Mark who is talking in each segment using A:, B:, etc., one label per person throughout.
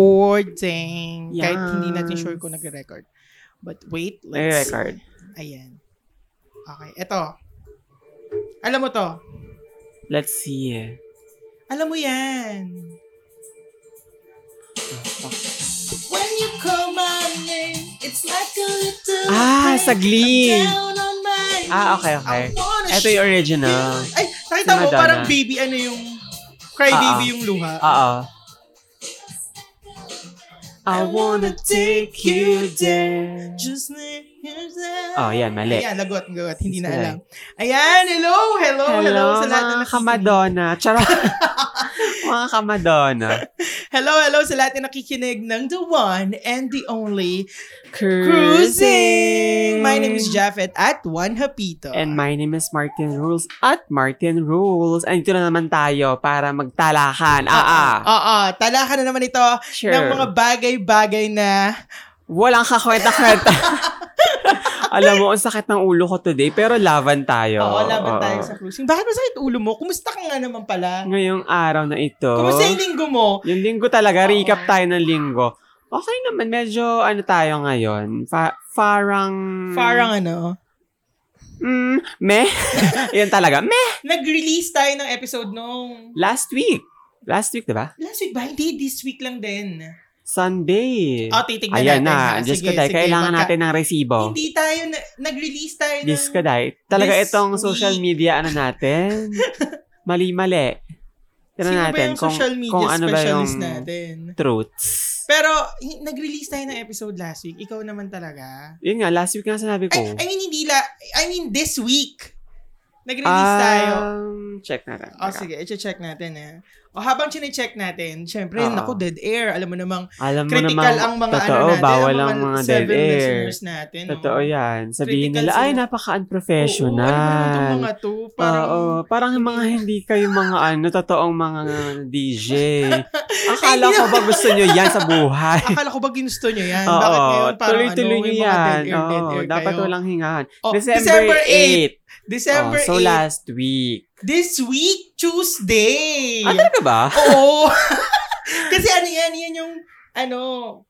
A: Recording. Kahit hindi natin
B: Yes.
A: sure kung nagre-record. But wait,
B: May
A: let's...
B: record.
A: Ayan. Okay, eto. Alam mo to.
B: Let's see.
A: Alam mo yan. When you call my name, it's like a little
B: Ah,
A: thing.
B: sa Glee.
A: I'm down on my knees.
B: Ah, okay, okay.
A: I wanna
B: Ito yung original.
A: Ay, nakita mo
B: Madonna.
A: parang baby ano yung cry
B: Ah,
A: baby
B: ah.
A: yung luha.
B: Oo. I wanna take you there.
A: Just na-
B: Oh, yan, mali.
A: Ayan, lagot, lagot. Hindi na
B: Sige.
A: alam. Ayan, hello, hello, hello, sa lahat na
B: mga
A: nakikinig.
B: kamadonna. Charot. mga kamadonna.
A: Hello, hello sa lahat na nakikinig ng The One and The Only
B: Cruising!
A: My name is Japheth at Juan Hapito.
B: And my name is Martin Rules at Martin Rules. And ito na naman tayo para magtalakan.
A: Oo,
B: Ah, ah.
A: Oo, talaka na naman ito
B: Sure.
A: ng mga bagay-bagay na
B: Walang kakwenta-kwenta. Alam mo, ang sakit ng ulo ko today, pero laban tayo.
A: Oo, laban
B: Oo.
A: tayo sa cruising. Bakit masakit ulo mo? Kumusta ka nga naman pala?
B: Ngayong araw na ito.
A: Kumusta yung linggo mo?
B: Yung linggo talaga,
A: Oo.
B: recap tayo ng linggo. Okay naman, medyo ano tayo ngayon? Fa- farang...
A: Parang ano?
B: Mm, meh. Yan talaga, meh.
A: Nag-release tayo ng episode nung
B: Last week. Last week, di ba?
A: last week ba? Hindi, this week lang din.
B: Sunday.
A: O, titignan
B: Ayan
A: Oh, natin. ha?
B: na. Diyos ko,
A: Sige,
B: dahil
A: sige,
B: Kailangan
A: magka-
B: natin ng resibo.
A: Hindi tayo, na, nag-release tayo ng...
B: Diyos ko, dahil. Talaga
A: This
B: itong social
A: week.
B: media, ano natin? Mali-mali. Tignan
A: Sino ba
B: natin
A: yung social media
B: kung ano ba yung
A: specialist natin?
B: truths.
A: Pero, hi- nag-release tayo ng episode last week. Ikaw naman talaga.
B: Yun nga, last week nga sinabi ko.
A: Ay, I mean, hindi la... I mean, this week. Nag-release
B: Ah.
A: tayo.
B: Um, check natin.
A: O sige, i-check natin eh. O habang chine-check natin, syempre,
B: Oo.
A: naku, dead air. Alam mo namang
B: Alam mo
A: critical
B: naman,
A: ang mga
B: totoo,
A: ano natin.
B: bawal
A: ang
B: ang mga dead
A: seven
B: air.
A: listeners natin. no?
B: Totoo yan. Sabihin
A: Critical
B: nila, ay,
A: sila. Oo,
B: napaka-unprofessional.
A: alam mo naman itong mga to. Parang,
B: Oo, parang mga hindi kayo mga ano, totoong mga DJ. Akala
A: Ay,
B: ko ba gusto nyo yan sa buhay?
A: akala ko ba ginusto nyo yan? Bakit
B: Oo,
A: ngayon parang
B: tuloy-tuloy
A: ano,
B: nyo
A: yung mga
B: yan.
A: dead air, dead
B: Oo,
A: air
B: dapat
A: kayo?
B: walang hingahan.
A: Oh,
B: December, 8.
A: 8. December
B: Oh, so
A: 8.
B: last week.
A: This week, Tuesday.
B: Ah, talaga ba?
A: Oo. Kasi ano yan, yan yung ano,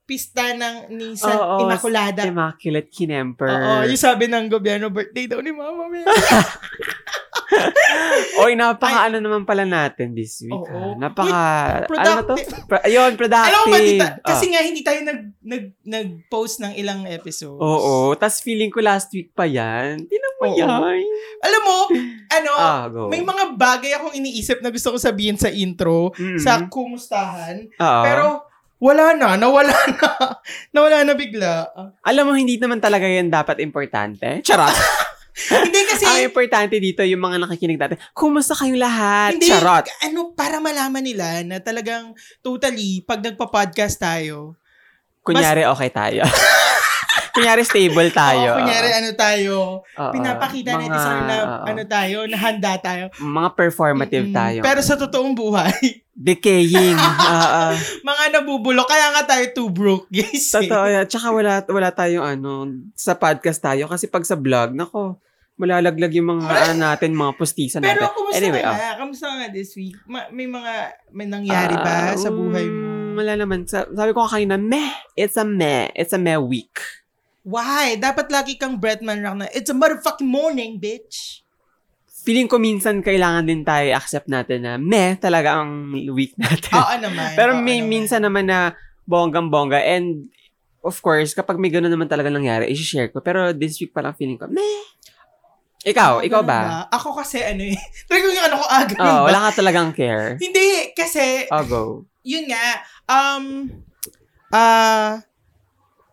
A: pista ng ni San
B: Oo,
A: Immaculada.
B: Immaculate Kinemper.
A: Oo, yung sabi ng gobyerno, birthday daw ni Mama Mia.
B: Oy, napaka ano naman pala natin this week. ah.
A: Oo.
B: Napaka, ano na to?
A: productive.
B: Pro- ayun, productive.
A: Alam mo ba, tita,
B: Ah.
A: kasi nga hindi tayo nag, nag, nag-post ng ilang episodes.
B: Oo. Tapos feeling ko last week pa yan. Di naman
A: Oo.
B: yan.
A: Alam mo, ano,
B: Ah, go.
A: may mga bagay akong iniisip na gusto ko sabihin sa intro,
B: Mm.
A: sa kumustahan,
B: Oo.
A: pero wala na, nawala na. nawala na bigla.
B: alam mo, hindi naman talaga yan dapat importante. Charot.
A: hindi kasi,
B: Ang importante dito, yung mga nakikinig natin, kumusta kayong lahat?
A: Hindi.
B: Charot.
A: ano, para malaman nila na talagang totally, pag nagpa-podcast tayo,
B: Kunyari, okay tayo. kunyari, stable tayo. ah.
A: oo, kunyari ano tayo,
B: Oo.
A: pinapakita natin
B: Mga-
A: sa kanila na
B: oo.
A: ano tayo, nahanda tayo.
B: mga performative
A: Mm,
B: tayo.
A: Pero sa totoong buhay,
B: Decaying. Oo.
A: mga nabubulok, kaya nga tayo too broke, guys. eh.
B: Totoo yan. Tsaka wala, wala tayong ano, sa podcast tayo. Kasi pag sa vlog, nako, malalaglag yung mga ano, natin, mga pustisan
A: Pero
B: natin.
A: kumusta
B: Anyway,
A: ka
B: oh.
A: na? Kamusta ka na this week? Ma- may mga, may nangyari ba sa buhay
B: Um,
A: mo?
B: Ah, Wala naman. Sa- sabi ko kanina, meh. It's a meh. It's a meh week.
A: Why? Dapat lagi kang Bretman Rock na, it's a motherfucking morning, bitch.
B: Feeling ko minsan kailangan din tayo accept natin na meh talaga ang week natin.
A: Oo naman.
B: Pero
A: oo
B: may
A: naman.
B: minsan naman na bonggang-bongga and of course, kapag may gano'n naman talaga nangyari, i-share ko. Pero this week parang feeling ko, meh. Ikaw,
A: Ano
B: ikaw ba?
A: Ako kasi ano eh. Try ko yung ano ko agad.
B: Oo,
A: yung ba-
B: wala ka talagang care.
A: Hindi, kasi,
B: Oh, go.
A: yun nga, um, ah,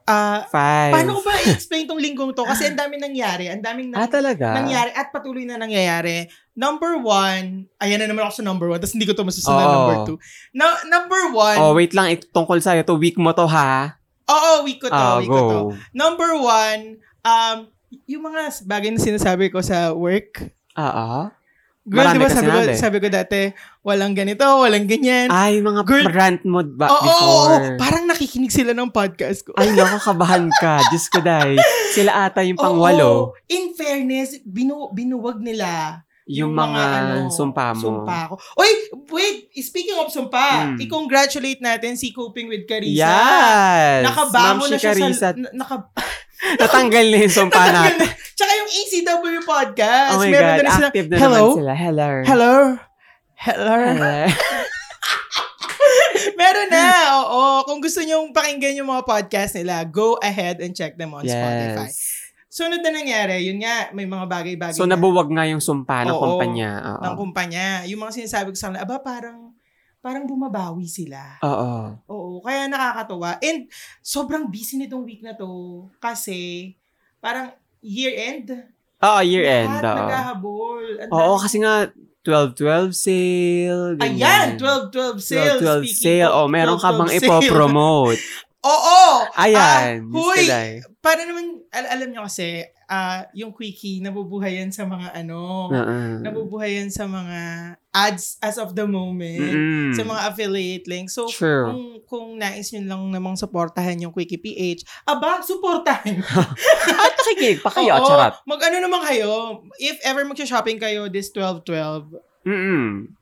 A: ah,
B: Five.
A: paano ko ba i-explain tong linggong to? Kasi ang daming nangyari, ang daming
B: Ah,
A: nang-
B: talaga?
A: nangyari at patuloy na nangyayari. Number one, ayan na naman ako sa number one, tapos hindi ko to masusunod
B: Oo.
A: number two. No, number one,
B: Oh, wait lang. Ito, tungkol sa'yo. To week mo to, ha?
A: oo, week ko to,
B: Oh,
A: week
B: go.
A: ko to. Number one, um, yung mga bagay na sinasabi ko sa work,
B: Oo.
A: Girl,
B: Marami
A: di ba
B: ka
A: sabi ko,
B: sinabi.
A: sabi ko dati, walang ganito, walang ganyan.
B: Ay, mga
A: Girl-
B: rant mo ba
A: Oo, oo,
B: Ah, before?
A: oo. parang nakikinig sila ng podcast ko.
B: Ay, naku, kabahan ka. Diyos ko, day. Sila ata yung
A: Oo.
B: pangwalo.
A: In fairness, binu- binuwag nila
B: yung, mga,
A: ano,
B: sumpa mo.
A: Sumpa ko. Uy, wait! Speaking of sumpa,
B: Mm.
A: i-congratulate natin si Coping with Carissa.
B: Yes! Ma'am
A: Nakabango
B: si
A: na siya
B: Carissa.
A: sa... na- Naka,
B: Natanggal na yung sumpa natin.
A: Tsaka yung ACW
B: Oh
A: podcast.
B: my
A: meron
B: God,
A: na rin sila,
B: active na
A: Hello?
B: naman sila. Hello.
A: Hello? Hello? meron na, oo. Kung gusto nyong pakinggan yung mga podcast nila, go ahead and check them on Spotify.
B: yes.
A: Sunod na nangyari, yun nga, may mga bagay-bagay
B: So,
A: na
B: nabuwag nga yung sumpa ng
A: Oo.
B: kumpanya.
A: ng
B: Oo.
A: kumpanya. Yung mga sinasabi ko sa kanila, aba parang, parang bumabawi sila.
B: Oo.
A: Oo, kaya nakakatuwa. And sobrang busy nitong week na to kasi parang year-end.
B: Oo, year-end.
A: Lahat
B: Oo.
A: naghahabol. Ang
B: Oo,
A: dami-
B: kasi nga, 12-12 sale.
A: Ayan,
B: ganyan.
A: 12-12 sale.
B: 12-12
A: Speaking
B: sale.
A: of
B: Oh, meron ka bang
A: 12-12 sale.
B: ipopromote?
A: Oo!
B: Ayan.
A: Ah,
B: Miss
A: huy.
B: Kaday.
A: Para naman, al- alam nyo kasi, ah, yung quickie, nabubuhay yan sa mga ano,
B: Uh-uh.
A: nabubuhay yan sa mga ads as of the moment,
B: Mm-mm.
A: sa mga affiliate links. So,
B: True.
A: kung, kung nais nyo lang namang supportahan yung Quickie PH, aba, supportahan nyo.
B: At nakikinig Ah, pa kayo,
A: Oo,
B: charot.
A: Mag-ano naman kayo, if ever magsha-shopping kayo this 12-12,
B: Mm-mm.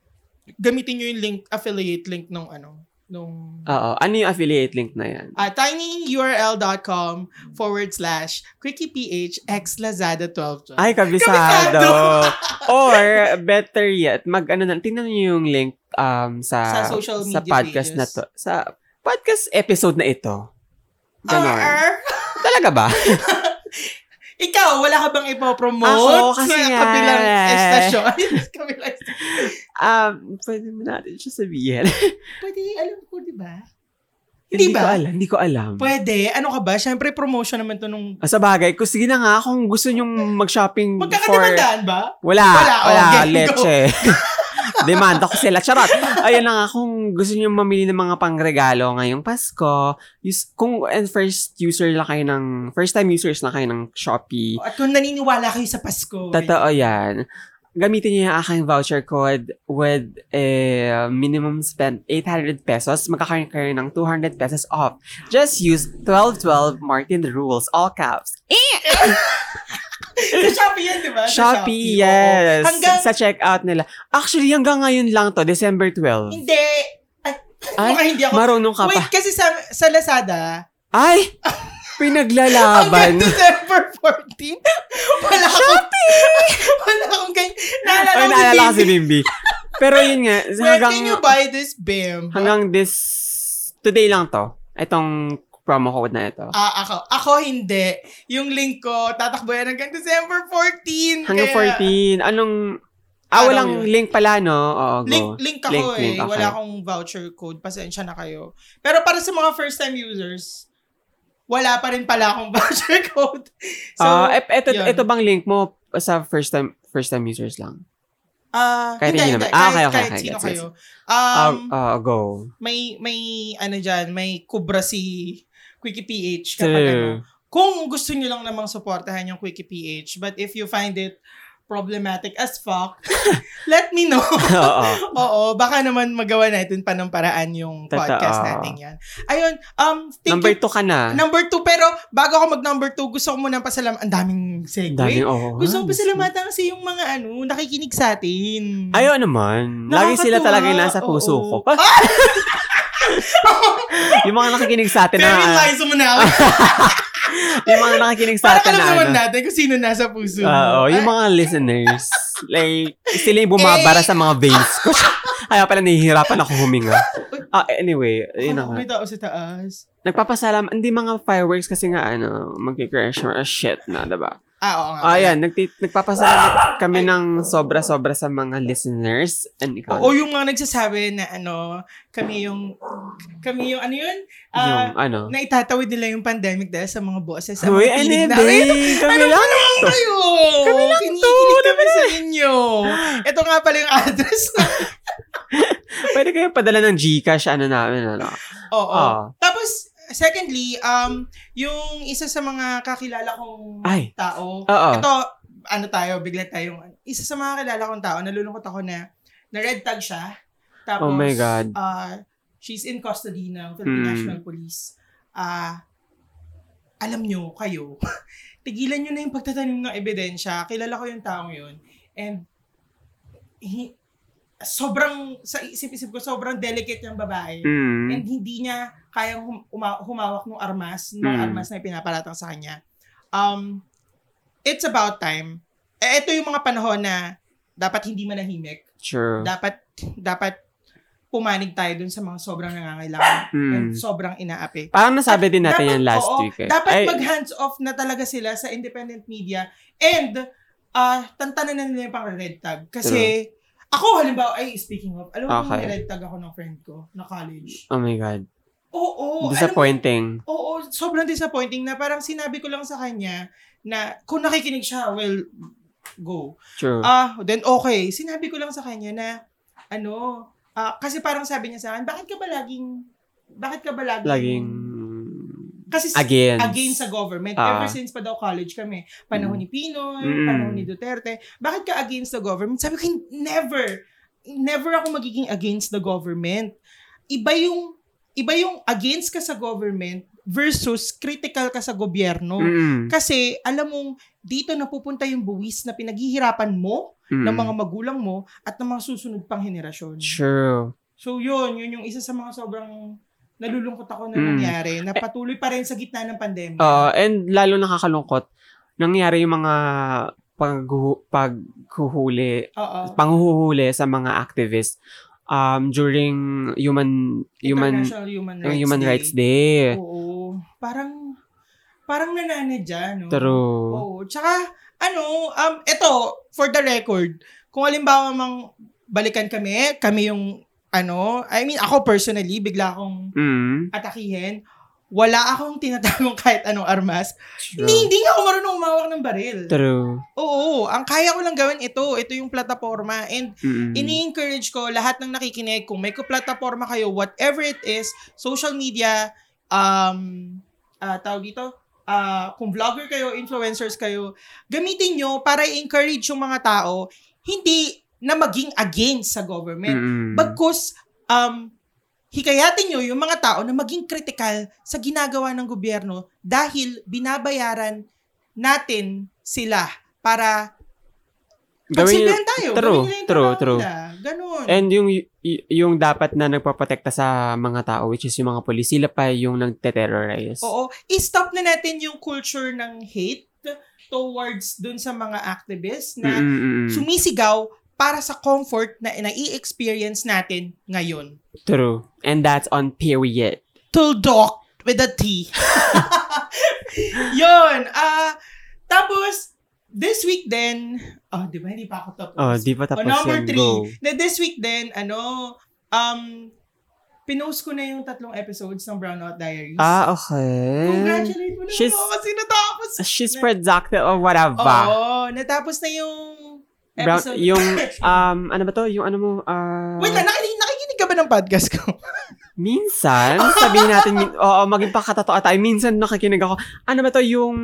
A: gamitin nyo yung link, affiliate link nung ano, nung
B: Oo. Ano yung affiliate link na yan?
A: uh, tinyurl.com forward slash quickieph lazada 12
B: Ay, kabisado. Or, better yet, mag, ano na, tingnan niyo yung link um, sa,
A: Sa social
B: sa
A: media
B: podcast
A: pages.
B: na to. Sa podcast episode na ito. Ganon. Talaga ba?
A: Ikaw, wala ka bang ipopromote
B: Ako, kasi
A: sa
B: nga. eh.
A: kabilang estasyon? kabilang estasyon.
B: Um, pwede mo natin siya sabihin.
A: Pwede, alam ko, di ba?
B: hindi
A: ba?
B: ko alam. Hindi ko alam.
A: Pwede. Ano ka ba? Siyempre, promotion naman to nung...
B: Ah, Sa bagay, kung sige na nga, kung gusto nyong mag-shopping Mm, for...
A: Magkakadimandaan ba?
B: Wala.
A: Wala,
B: Wala.
A: oh, okay,
B: leche. Demanda ko sila. Charot. Ayan na nga, kung gusto niyo mamili ng mga pangregalo ngayong Pasko, use, kung and first user lang kayo ng, first time users lang kayo ng Shopee,
A: At kung naniniwala kayo sa Pasko.
B: totoo yan. Gamitin niyo yung aking voucher code with eh, minimum spend 800 pesos. Magkakaroon kayo ng 200 pesos off. Just use 1212 Martin Rules, all caps.
A: Sa Shopee yan, di ba? Sa
B: Shopee,
A: oo.
B: yes.
A: Hanggang...
B: Sa checkout nila. Actually, hanggang ngayon lang to, December 12.
A: Hindi. Ay,
B: Ay,
A: mukhang hindi ako.
B: Marunong ka pa.
A: Wait, kasi sa, sa Lazada,
B: Ay!
A: Hanggang
B: Pinaglalaban.
A: December 14? Wala akong... Wala akong ganyan. Naalala
B: Ay,
A: ko
B: naalala ko
A: si
B: si Bimbi. Pero yun nga,
A: Where can you
B: hanggang,
A: buy this BIM?
B: hanggang this, today lang to. Itong promo code na ito.
A: Ah, ako. Ako hindi. Yung link ko, tatakbo yan hanggang December 14.
B: Hanggang
A: Kaya-
B: 14. Anong, ah,
A: Araw
B: walang
A: yun.
B: link pala, no? Oo, go.
A: Link, link ako
B: Link,
A: eh.
B: link, okay.
A: Wala akong voucher code. Pasensya na kayo. Pero para sa mga first-time users, wala pa rin pala akong voucher code. So,
B: Ah, eh, eto,
A: yun.
B: eto bang link mo sa first time first time users lang?
A: ah,
B: kahit
A: hindi,
B: hindi
A: hindi.
B: naman. Ah,
A: Kahit-
B: okay, okay,
A: kahit
B: okay.
A: sino
B: Gets, gets.
A: kayo. Um,
B: Um, go.
A: may may ano diyan, may kubra si Quickie PH kapag ano.
B: True.
A: Kung gusto niyo lang namang suportahan yung Quickie PH, but if you find it problematic as fuck, let me know.
B: Oo.
A: Oo, baka naman magawa natin pa ng paraan yung
B: Totoo.
A: podcast natin yan. Ayun, um, thank
B: Number
A: you.
B: 2 ka na.
A: Number two, pero bago ako mag number two, gusto ko muna pasalam, ang daming
B: Ang Ah,
A: segue.
B: dami, oo.
A: gusto ko pasalamatan kasi yung mga ano, nakikinig sa atin.
B: Ayaw naman. Lagi sila
A: Nakakatuwa,
B: talaga yung nasa puso
A: oo.
B: ko. yung mga nakikinig sa atin na, ah,
A: Very nice mo na ako.
B: yung mga nakikinig sa
A: Para
B: atin
A: alam
B: na,
A: naman
B: ano, Ah,
A: natin kung sino nasa puso mo.
B: Oo,
A: Ay,
B: yung mga listeners, like, sila yung bumabara
A: Eh.
B: sa mga veins ko. Kaya pala nahihirapan ako huminga. Ah, anyway, yun
A: Akala ko
B: ako.
A: oh, may tao sa taas.
B: Nagpapasalam, hindi mga fireworks kasi nga, ano, magkikresh or shit na, diba?
A: Ah, oo nga.
B: Ayan, nagti- nagpapasalam kami ng sobra-sobra sa mga listeners. And ikaw,
A: O yung mga nagsasabi na ano, kami yung, kami yung ano yun?
B: yung,
A: Ah,
B: ano,
A: na itatawid nila yung pandemic dahil sa mga boses. Ang
B: Uy,
A: mga
B: ano
A: pinig
B: eh,
A: na- Ay,
B: babe? Kami
A: Ano
B: lang.
A: kayo?
B: Kami lang to,
A: Kinikilig
B: diba
A: kami sa inyo. Ito nga pala yung address na.
B: Pwede kayo padala ng Gcash, ano namin, ano.
A: Oo.
B: Ah.
A: Tapos, secondly, um, yung isa sa mga kakilala kong
B: Ay.
A: tao,
B: Oo.
A: ito, ano tayo, bigla tayong, isa sa mga kakilala kong tao, nalulungkot ako na, na red tag siya. Tapos,
B: Oh my God.
A: ah, she's in custody ng Philippine
B: Hmm.
A: National Police. Ah, alam nyo, kayo, tigilan nyo na yung pagtatanim ng ebidensya. Kilala ko yung taong yun. And hi- sobrang, sa isip-isip ko, sobrang delicate yung babae.
B: Mm.
A: And hindi niya kayang hum- uma- humawak ng armas, ng
B: Mm.
A: armas na ipinapalatang sa kanya. Um, it's about time. Eh, ito yung mga panahon na dapat hindi manahimik.
B: True.
A: Dapat, dapat pumanig tayo dun sa mga sobrang nangangailangan
B: Mm.
A: and sobrang inaapi.
B: Parang nasabi din natin
A: Dapat-
B: yan last
A: oo,
B: week. Eh.
A: Dapat
B: Ay,
A: mag-hands off na talaga sila sa independent media and ah tantanan na nila yung pang red tag. Kasi ako halimbawa, ay speaking of, alam mo kung
B: Okay.
A: may red tag ako ng friend ko na college.
B: Oh my God.
A: Oo, alam mo
B: Disappointing.
A: Oo, sobrang disappointing na parang sinabi ko lang sa kanya na kung nakikinig siya, well, go.
B: True.
A: Ah, then okay. Sinabi ko lang sa kanya na, ano, ah, kasi parang sabi niya sa akin, bakit ka ba laging, bakit ka ba laging,
B: Laging
A: kasi s-
B: against.
A: against sa government.
B: Ah.
A: Ever since pa daw college kami, panahon ni Pinoy,
B: Mm.
A: panahon ni Duterte, bakit ka against the government? Sabi ko, "Hin- never. Never ako magiging against the government. Iba yung iba yung against ka sa government versus critical ka sa gobyerno.
B: Mm-mm.
A: Kasi alam mong dito napupunta yung buwis na pinaghihirapan mo,
B: Mm-mm.
A: ng mga magulang mo, at ng mga susunod pang henerasyon.
B: True.
A: So yun, yun yung isa sa mga sobrang nalulungkot ako na
B: Mm.
A: nangyari na patuloy pa rin sa gitna ng pandemya.
B: Uh, and lalo nakakalungkot, nangyari yung mga paghu- paghuhuli,
A: Oo.
B: panghuhuli sa mga activists um, during human human
A: International Eh,
B: Rights
A: Human Rights
B: Human
A: Day.
B: Rights Day.
A: Oo. Parang, parang nananadya, no?
B: True.
A: Oo. Tsaka, ano, um, ito, for the record, kung halimbawa mang balikan kami, kami yung, ano, I mean, ako personally, bigla akong
B: Mm,
A: atakihin, wala akong tinatagong kahit anong armas. Hindi,
B: true.
A: hindi nga ako marunong umawak ng baril.
B: True.
A: Oo, ang kaya ko lang gawin ito. Ito yung plataforma. And
B: Mm-mm.
A: ini-encourage ko lahat ng nakikinig kung may platforma kayo whatever it is social media um ah, tawag dito ah, kung vlogger kayo influencers kayo gamitin nyo para i-encourage yung mga tao hindi na maging against sa government
B: Mm-mm.
A: bagkus um hikayatin nyo yung mga tao na maging critical sa ginagawa ng gobyerno dahil binabayaran natin sila para
B: Gawin yun-
A: Pagsilbihan tayo.
B: True,
A: Gawin nila yung
B: true,
A: trabaho
B: true.
A: nila. Ganun.
B: And yung y- yung dapat na nagpoprotekta sa mga tao which is yung mga police, sila pa yung nagte-terrorize.
A: Oo. I-stop na natin yung culture ng hate towards dun sa mga activists na
B: Mm-mm, mm-mm.
A: sumisigaw para sa comfort na nai-experience natin ngayon.
B: True. And that's on period.
A: Tuldok with a T. Yun. Ah, tapos, this week then, oh, di ba hindi pa ako tapos?
B: Oh, di ba tapos
A: O, number
B: yan?
A: three.
B: Go.
A: Na this week din, ano, um, pinost ko na yung tatlong episodes ng Brownout Diaries.
B: Ah, okay.
A: Congratulate mo na
B: She's-
A: ako kasi natapos.
B: She's productive or whatever.
A: Oo, natapos na yung
B: Brown,
A: episode.
B: yung, um, ano ba to? Yung ano mo, ah,
A: Wait lang, nakikinig, nakikinig ka ba ng podcast ko?
B: minsan, sabihin natin, min- oo, maging pakatotoo tayo. Minsan nakikinig ako, ano ba to? Yung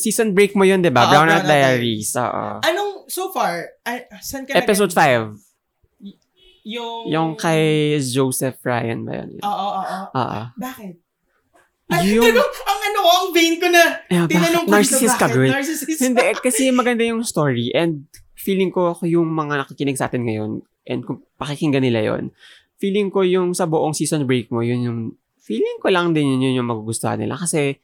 B: season break mo yun, di ba?
A: Oo,
B: Brownout
A: Brownout
B: Diaries. Oo.
A: Anong, so far, ah, saan ka
B: Episode 5.
A: Yung...
B: Yung kay Joseph Ryan ba yun?
A: Oo, oo, oo.
B: Oo.
A: Bakit? Ay,
B: Yung-
A: teka, ang ano, ko, ang vein ko na.
B: Eh, bakit?
A: Tinanong ko
B: Narcissist
A: dito,
B: ka,
A: bakit?
B: girl.
A: Narcissist.
B: Hindi, eh, kasi maganda yung story and feeling ko ako yung mga nakikinig sa atin ngayon and kung pakikinggan nila yon feeling ko yung sa buong season break mo, yun yung, feeling ko lang din yun, yun yung magugustuhan nila kasi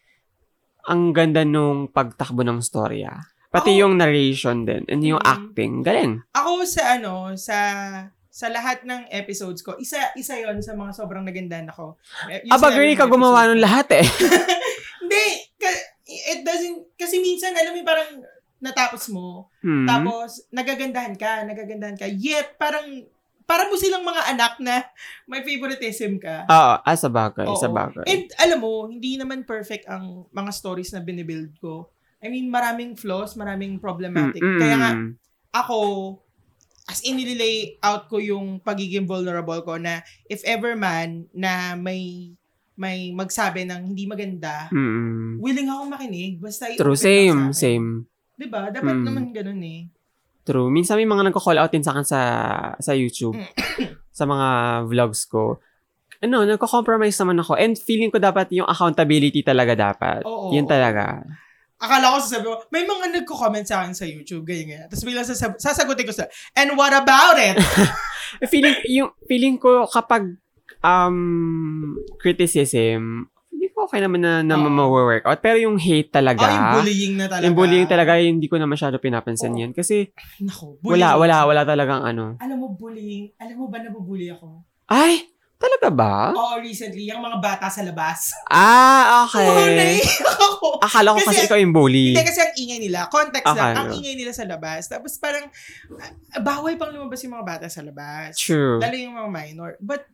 B: ang ganda nung pagtakbo ng storya. Pati
A: Ako-
B: yung narration din and yung
A: Mhm.
B: acting. Galing.
A: Ako sa ano, sa sa lahat ng episodes ko, isa isa yon sa mga sobrang nagandaan ako. Eh, yung
B: Aba,
A: sinabi
B: girl,
A: mong
B: ikaw gumawa
A: episode.
B: nun lahat eh.
A: Hindi, ka- it doesn't, kasi minsan, alam mo, yung parang natapos mo,
B: Hmm.
A: tapos nagagandahan ka, nagagandahan ka, yet parang, parang mo silang mga anak na may favoritism ka.
B: Oo, ah, sa bagay,
A: Oo. eh,
B: sa bagay.
A: And alam mo, hindi naman perfect ang mga stories na binibuild ko. I mean, maraming flaws, maraming problematic.
B: Mm-mm.
A: Kaya nga, ako, as in nililay out ko yung pagiging vulnerable ko na if ever man na may may magsabi ng hindi maganda,
B: Mm-mm.
A: willing akong makinig basta i-open
B: True,
A: lang sa
B: same,
A: akin.
B: same.
A: 'Di ba? Dapat
B: Mm.
A: naman ganun eh.
B: True. Minsan may mga nagko-call out din sa akin sa sa YouTube,
A: Mm.
B: sa mga vlogs ko. Ano, nagko-compromise naman ako. And feeling ko dapat yung accountability talaga dapat.
A: Oo.
B: Yun talaga.
A: Akala ko sasabi mo, may mga nagko-comment sa akin sa YouTube, ganyan, ganyan. Tapos biglang sasab- sasagutin ko sila, and what about it? Oh,
B: feeling yung feeling ko kapag um criticism hindi ko okay naman na, na
A: Oo.
B: work out pero yung hate talaga
A: Ah, yung bullying na talaga.
B: Diba? yung bullying talaga yun, hindi ko na masyado pinapansin
A: Oo.
B: yan kasi
A: Nako,
B: wala wala wala talagang ano
A: Alam mo, bullying. Alam mo ba nabubully ako?
B: ay talaga ba
A: Oo, recently, yung mga bata sa labas.
B: ah okay
A: Oo, naiiyak ako.
B: akala ko kasi,
A: Kasi-
B: ikaw yung bully
A: Hindi kasi ang ingay nila, context lang,
B: Okay,
A: ang
B: no.
A: ingay nila sa labas. Tapos parang, ah, bawal pang lumabas yung mga bata sa labas.
B: true
A: Lalo yung mga minor. But,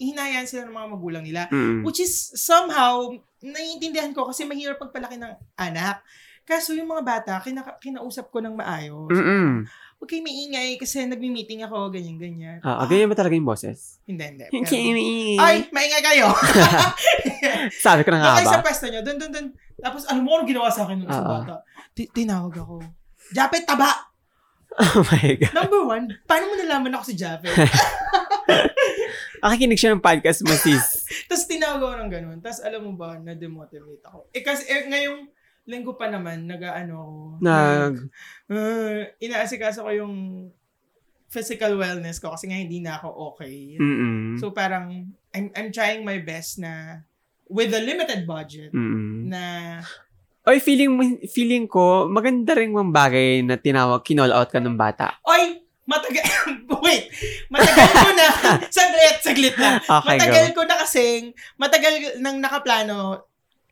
A: hinayaan sila ng mga magulang nila.
B: Mm.
A: Which is, somehow, naiintindihan ko kasi mahirap pagpalaki ng anak. Kaso yung mga bata, kinaka- kinausap ko ng maayos.
B: Mm-mm.
A: Huwag kayong maingay kasi nagmi-meeting ako, ganyan-ganyan.
B: Ah, ganyan ba talaga yung boses?
A: Hindi, hindi. Pero-
B: Hindi.
A: Ay, maingay kayo!
B: Sabi ko na nga
A: Doon
B: ba?
A: kayo
B: Ah.
A: sa pwesto nyo, dun, dun, dun. Tapos, alam mo, anong ginawa sa akin nung isang
B: Oo.
A: bata? Ti- tinawag ako. Japet, taba!
B: Oh my God.
A: Number one, paano mo nalaman ako si Japet?
B: Nakikinig siya ng podcast mo, sis.
A: Tapos tinawag ako ng ganun. Tapos alam mo ba, na-demotivate ako. Eh kasi eh, ngayong linggo pa naman, nag-ano ako.
B: Nag...
A: Uh, inaasikaso ko yung physical wellness ko kasi nga hindi na ako okay.
B: Mm-mm.
A: So parang, I'm, I'm trying my best na with a limited budget
B: Mm-mm.
A: na
B: Oy, feeling mo- feeling ko maganda rin mong bagay na tinawag kinall out ka ng bata.
A: Oy, matagal, wait, matagal ko na, saglit, saglit na.
B: Okay,
A: matagal
B: go.
A: ko na kasing, matagal nang nakaplano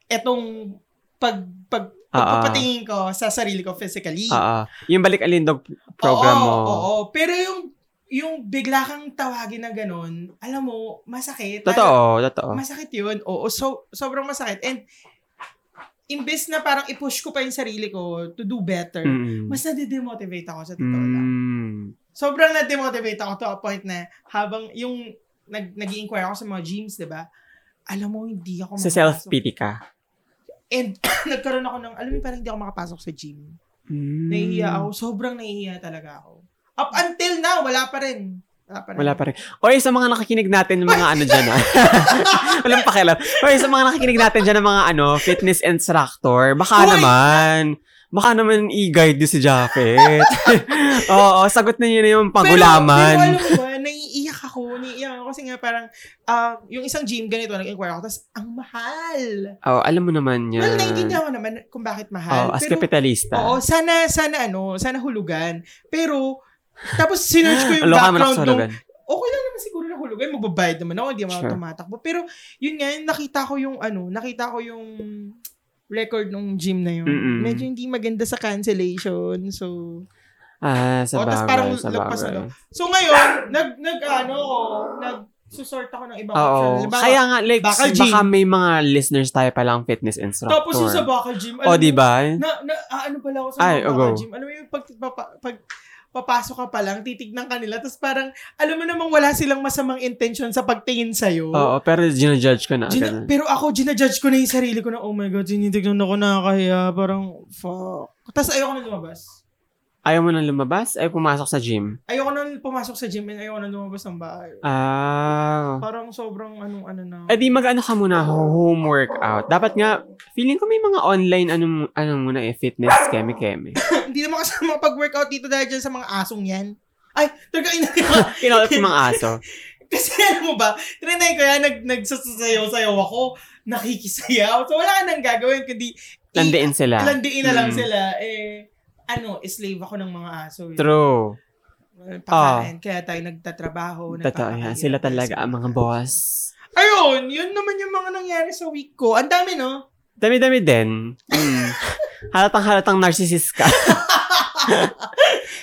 A: etong pag, pag,
B: Ah,
A: pagpapatingin ko sa sarili ko physically.
B: Oo. Yung balik alindog program
A: oo,
B: mo.
A: Oo, pero yung, yung bigla kang tawagin na ganun, alam mo, masakit.
B: Totoo, totoo.
A: Masakit yun. Oo, so, sobrang masakit. And, imbes na parang i-push ko pa yung sarili ko to do better,
B: Mm-mm.
A: mas nade-demotivate ako sa totoo lang
B: Mm.
A: sobrang na-demotivate ako to a point na habang yung nag nag inquire ako sa mga gyms, 'di ba? Alam mo hindi ako
B: Sa
A: makapasok.
B: self-pity ka.
A: And nagkaroon ako ng alam mo parang hindi ako makapasok sa gym.
B: Mm.
A: Nahihiya ako, sobrang nahihiya talaga ako. Up until now, wala pa rin. Wala pa rin.
B: Wala pa rin. Oy, sa mga nakikinig natin, ng mga ano dyan ah. Walang pakialam. Oy, sa mga nakikinig natin dyan ng mga ano, fitness instructor, baka
A: Uy!
B: naman, baka naman i-guide nyo si Japet. Oo, sagot na yun na yung
A: Pero,
B: pagulaman.
A: pero alam mo ba, naiiyak ako. Naiiyak ako kasi nga parang, ah, yung isang gym ganito, nag-inquire ako. Tapos, ang mahal.
B: Oo, alam mo naman yan.
A: Well, naiintindihan ko naman kung bakit
B: Oo,
A: mahal.
B: as
A: Pero-
B: kapitalista.
A: Oo, sana, sana ano, sana hulugan. Pero, tapos sinerge ko yung
B: Aloka man ako
A: background
B: sa
A: nung,
B: hulugan.
A: okay lang naman siguro na hulugan, magbabayad naman ako, hindi naman
B: Sure.
A: ako tumatakbo. Pero, yun nga, nakita ko yung ano, nakita ko yung record nung gym na yun.
B: Mm-mm.
A: Medyo hindi maganda sa cancellation. So,
B: Ah, sa
A: Oo, tas parang
B: bagay, sa
A: lagpas na
B: bagay.
A: lang. so ngayon, nag, nag, ano, ko, nag, susort ako ng ibang
B: Oo.
A: option. Halimbawa,
B: Kaya nga, like,
A: Bakal
B: baka
A: gym.
B: may mga listeners tayo palang fitness instructor.
A: tapos yung sa Bakal
B: O,
A: Gym, alam mo,
B: diba?
A: Na, na ah, ano pala ako sa
B: Ay,
A: Ay,
B: oh, go.
A: gym. Alam mo yung pag, papa, pag papasok ka pa lang, titignan ka nila, tapos parang, alam mo namang wala silang masamang intention sa pagtingin sa'yo.
B: Oo, pero ginajudge ko na.
A: Gina-
B: Ah, ganun.
A: pero ako, ginajudge ko na yung sarili ko na, oh my God, sinitignan ako nakakahiya. Parang, fuck. Tapos ayoko na lumabas.
B: Ayaw mo nang lumabas? Ayaw pumasok sa gym?
A: Ayoko na pumasok sa gym and ayoko na lumabas ng bahay.
B: Ah.
A: Parang sobrang anong ano na.
B: Eh di mag-ano ka muna, home workout. Dapat nga, feeling ko may mga online, ano, ano muna eh, fitness, keme-keme.
A: Hindi naman kasi makapag-workout dito dahil dyan sa mga asong yan. Ay, talaga ina.
B: Kinolap yung mga aso.
A: Kasi alam mo ba, trinay ko yan, nag, nagsasayaw-sayaw ako, nakikisayaw. So wala ka nang gagawin, kundi i-
B: Landiin sila.
A: landiin na lang
B: Mm.
A: sila. Eh, ano, slave ako ng mga aso. Eh.
B: True.
A: Pakain, kaya tayo nagtatrabaho.
B: Ah. Totoo yan.
A: nagpapahirap
B: Sila
A: tayo
B: talaga
A: sa
B: ang mga
A: aso.
B: boss.
A: Ayun, yun naman yung mga nangyari sa week ko. Ang dami, no?
B: Dami-dami din. Mm. Halatang-halatang narcissist ka.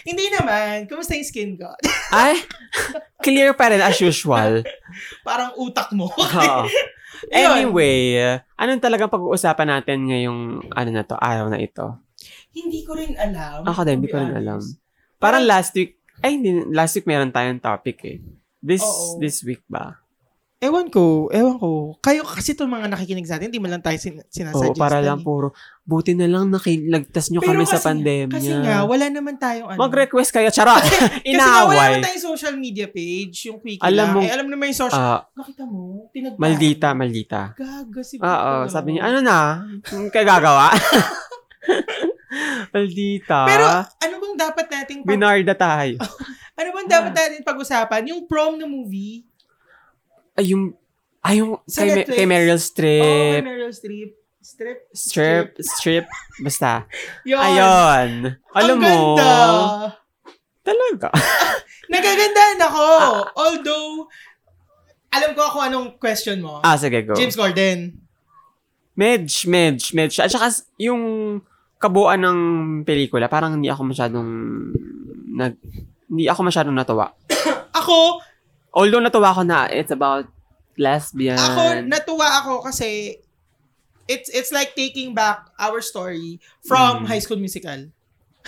A: Hindi naman. Kumusta yung skin ko?
B: Ay, clear pa rin as usual.
A: Parang utak mo.
B: Oo.
A: Ayun.
B: Anyway, anong talagang pag-uusapan natin ngayong ano na to, araw na ito?
A: hindi ko rin alam.
B: Ako din,
A: to
B: hindi
A: be
B: ko rin
A: honest.
B: alam. Parang last week, ay hindi, last week meron tayong topic eh. This
A: Oo.
B: this week ba?
A: Ewan ko, ewan ko. Kayo kasi itong mga nakikinig sa atin, hindi mo lang tayo sin- sinasuggest.
B: Oo, para
A: yan
B: lang
A: eh.
B: puro, buti na lang nakilagtas nyo kami sa
A: kasi-
B: pandemya.
A: Kasi nga, wala naman tayong ano.
B: Mag-request kayo, charot!
A: Kasi nga, wala naman
B: Inaaway.
A: tayong social media page, yung quickie
B: Alam
A: lang.
B: mo-
A: eh, alam naman yung
B: Ah,
A: social... Nakita mo? Tinagpa.
B: maldita, maldita.
A: Gaga si
B: Oo, "Ano
A: Victor.
B: Hmm, sabi niya, ano na? Anong Kagagawa? Maldita.
A: Pero ano bang dapat nating pag-
B: binarda tayo.
A: ano bang dapat natin pag-usapan? Yung prom na movie.
B: Ay, yung, ay, yung, kay,
A: Sa
B: Me-
A: Netflix.
B: kay Meryl
A: Oh, may
B: Streep.
A: Meryl Streep. Strip.
B: strip, strip, basta.
A: Yun.
B: Ayun. Alam
A: Ang
B: mo.
A: ganda.
B: Talaga.
A: Nagagandaan ako.
B: Ah.
A: Although, alam ko ako anong question mo.
B: Ah, sige, go.
A: James Corden.
B: Medj, medj, medj. At saka s- yung kabuuan ng pelikula, parang hindi ako masyadong nag hindi ako masyadong natuwa.
A: Ako,
B: Although natuwa ako na it's about lesbian.
A: ako natuwa ako kasi it's it's like taking back our story
B: Mm.
A: from High School Musical.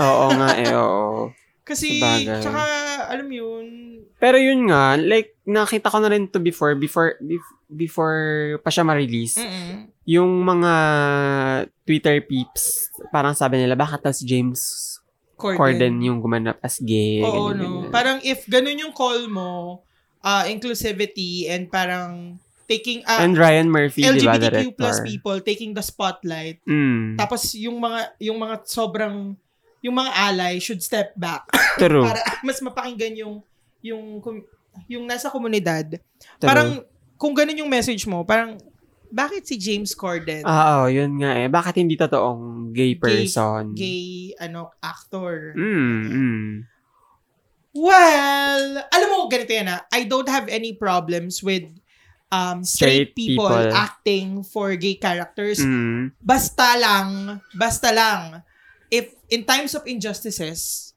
B: Oo nga eh, oo.
A: Kasi,
B: Sabagay.
A: tsaka, alam mo yun,
B: Pero yun nga, like nakita ko na rin to before before bef- before pa siya ma-release.
A: mm
B: Yung mga Twitter peeps, parang sabi nila bakit daw si James
A: Corden.
B: Corden yung gumanap as gay.
A: Oo,
B: ganyan,
A: no.
B: ganyan.
A: Parang if ganun yung call mo, ah, inclusivity and parang taking, ah,
B: And Ryan Murphy, di ba,
A: LGBTQ
B: director?
A: plus people taking the spotlight.
B: Mm,
A: Tapos yung mga, yung mga sobrang, yung mga ally should step back
B: true.
A: para mas mapakinggan yung, yung, com- yung nasa komunidad.
B: True.
A: Parang, kung ganun yung message mo, parang, bakit si James Corden,
B: Ah, Oo, yun nga eh. Bakit hindi totoong gay person?
A: gay, ano, actor?
B: Mm, mm.
A: Well, alam mo, ganito yan ah. I don't have any problems with um,
B: Straight
A: straight, people,
B: people.
A: acting for gay characters.
B: mm.
A: Basta lang, basta lang, if in times of injustices,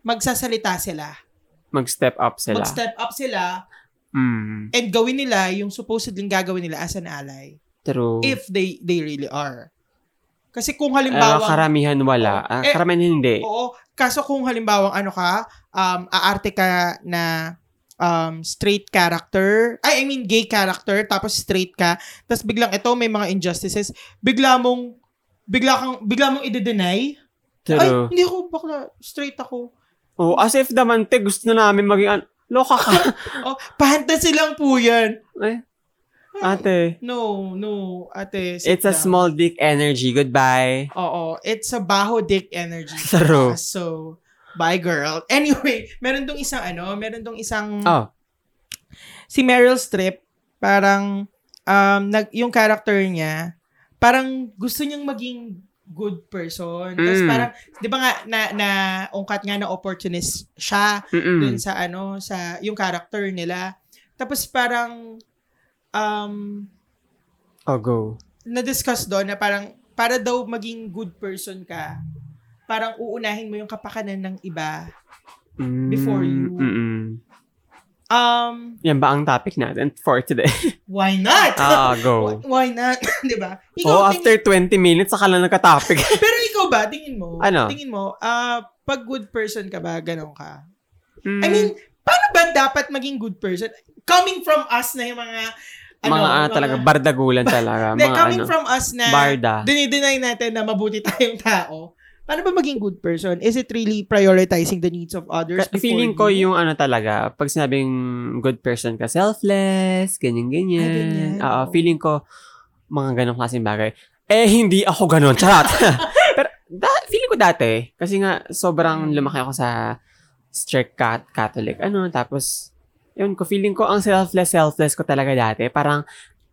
A: magsasalita sila.
B: Mag-step up sila.
A: Mag-step up sila
B: Mm,
A: and gawin nila yung supposedly gagawin nila as an ally.
B: true. Ah,
A: If they they really are. Kasi kung
B: Eh,
A: halimbawa,
B: karamihan wala.
A: Oo.
B: Ah,
A: Eh,
B: karamihan hindi.
A: Oo. Kaso kung halimbawa ano ka, um, aarte ka na um, straight character, ay, I mean gay character, tapos straight ka, tapos biglang ito may mga injustices, bigla mong, bigla kang, bigla mong i-deny. Ay,
B: True.
A: hindi ako bakla, straight ako.
B: Oh, as if naman, te, gusto na namin maging, an- loka ka.
A: Oh, fantasy lang po yan.
B: eh, ate,
A: No, no, ate. sit
B: it's a
A: down.
B: small dick energy. Goodbye.
A: Oo, it's a baho dick energy.
B: True.
A: So, bye girl. Anyway, meron dong isang ano, meron dong isang...
B: Oh,
A: si Meryl Streep, parang um, nag, yung character niya, parang gusto niyang maging good person. Tapos
B: Mm.
A: parang, di ba nga, na, na, ungkat nga na opportunist siya dun
B: mm
A: sa ano, sa yung character nila. Tapos parang, um,
B: Oh, go.
A: na-discuss doon na parang, para daw maging good person ka, parang uunahin mo yung kapakanan ng iba.
B: Mm,
A: Before you-
B: Mm-mm.
A: Um,
B: Yan ba ang topic natin for today?
A: why not?
B: ah, go.
A: why not? di ba? Ikaw,
B: Oh,
A: tingin-
B: after 20 minutes, saka lang nagka-topic.
A: Pero ikaw ba, tingin mo,
B: Ano?
A: tingin mo, ah, pag good person ka ba, ganon ka?
B: Mm.
A: I mean, paano ba dapat maging good person? Coming from us na yung mga, ano,
B: mga ano talaga, bardagulan talaga.
A: Hindi,
B: mga
A: coming
B: ano,
A: from us na,
B: barda.
A: dinideny natin na mabuti tayong tao, paano ba maging good person? Is it really prioritizing the needs of others
B: Ka- Feeling ko
A: before you?
B: yung ano talaga, pag sinabing good person ka, selfless,
A: Ay, Ah, ganyan.
B: ganyan-ganyan. Oo,
A: Oo.
B: feeling ko, mga ganong klaseng bagay. Eh, hindi ako ganon. Charot. Pero, da- feeling ko dati, kasi nga,
A: Mm.
B: sobrang lumaki ako sa strict cat Catholic. Ano, tapos, yun ko, feeling ko, ang selfless, selfless ko talaga dati. Parang,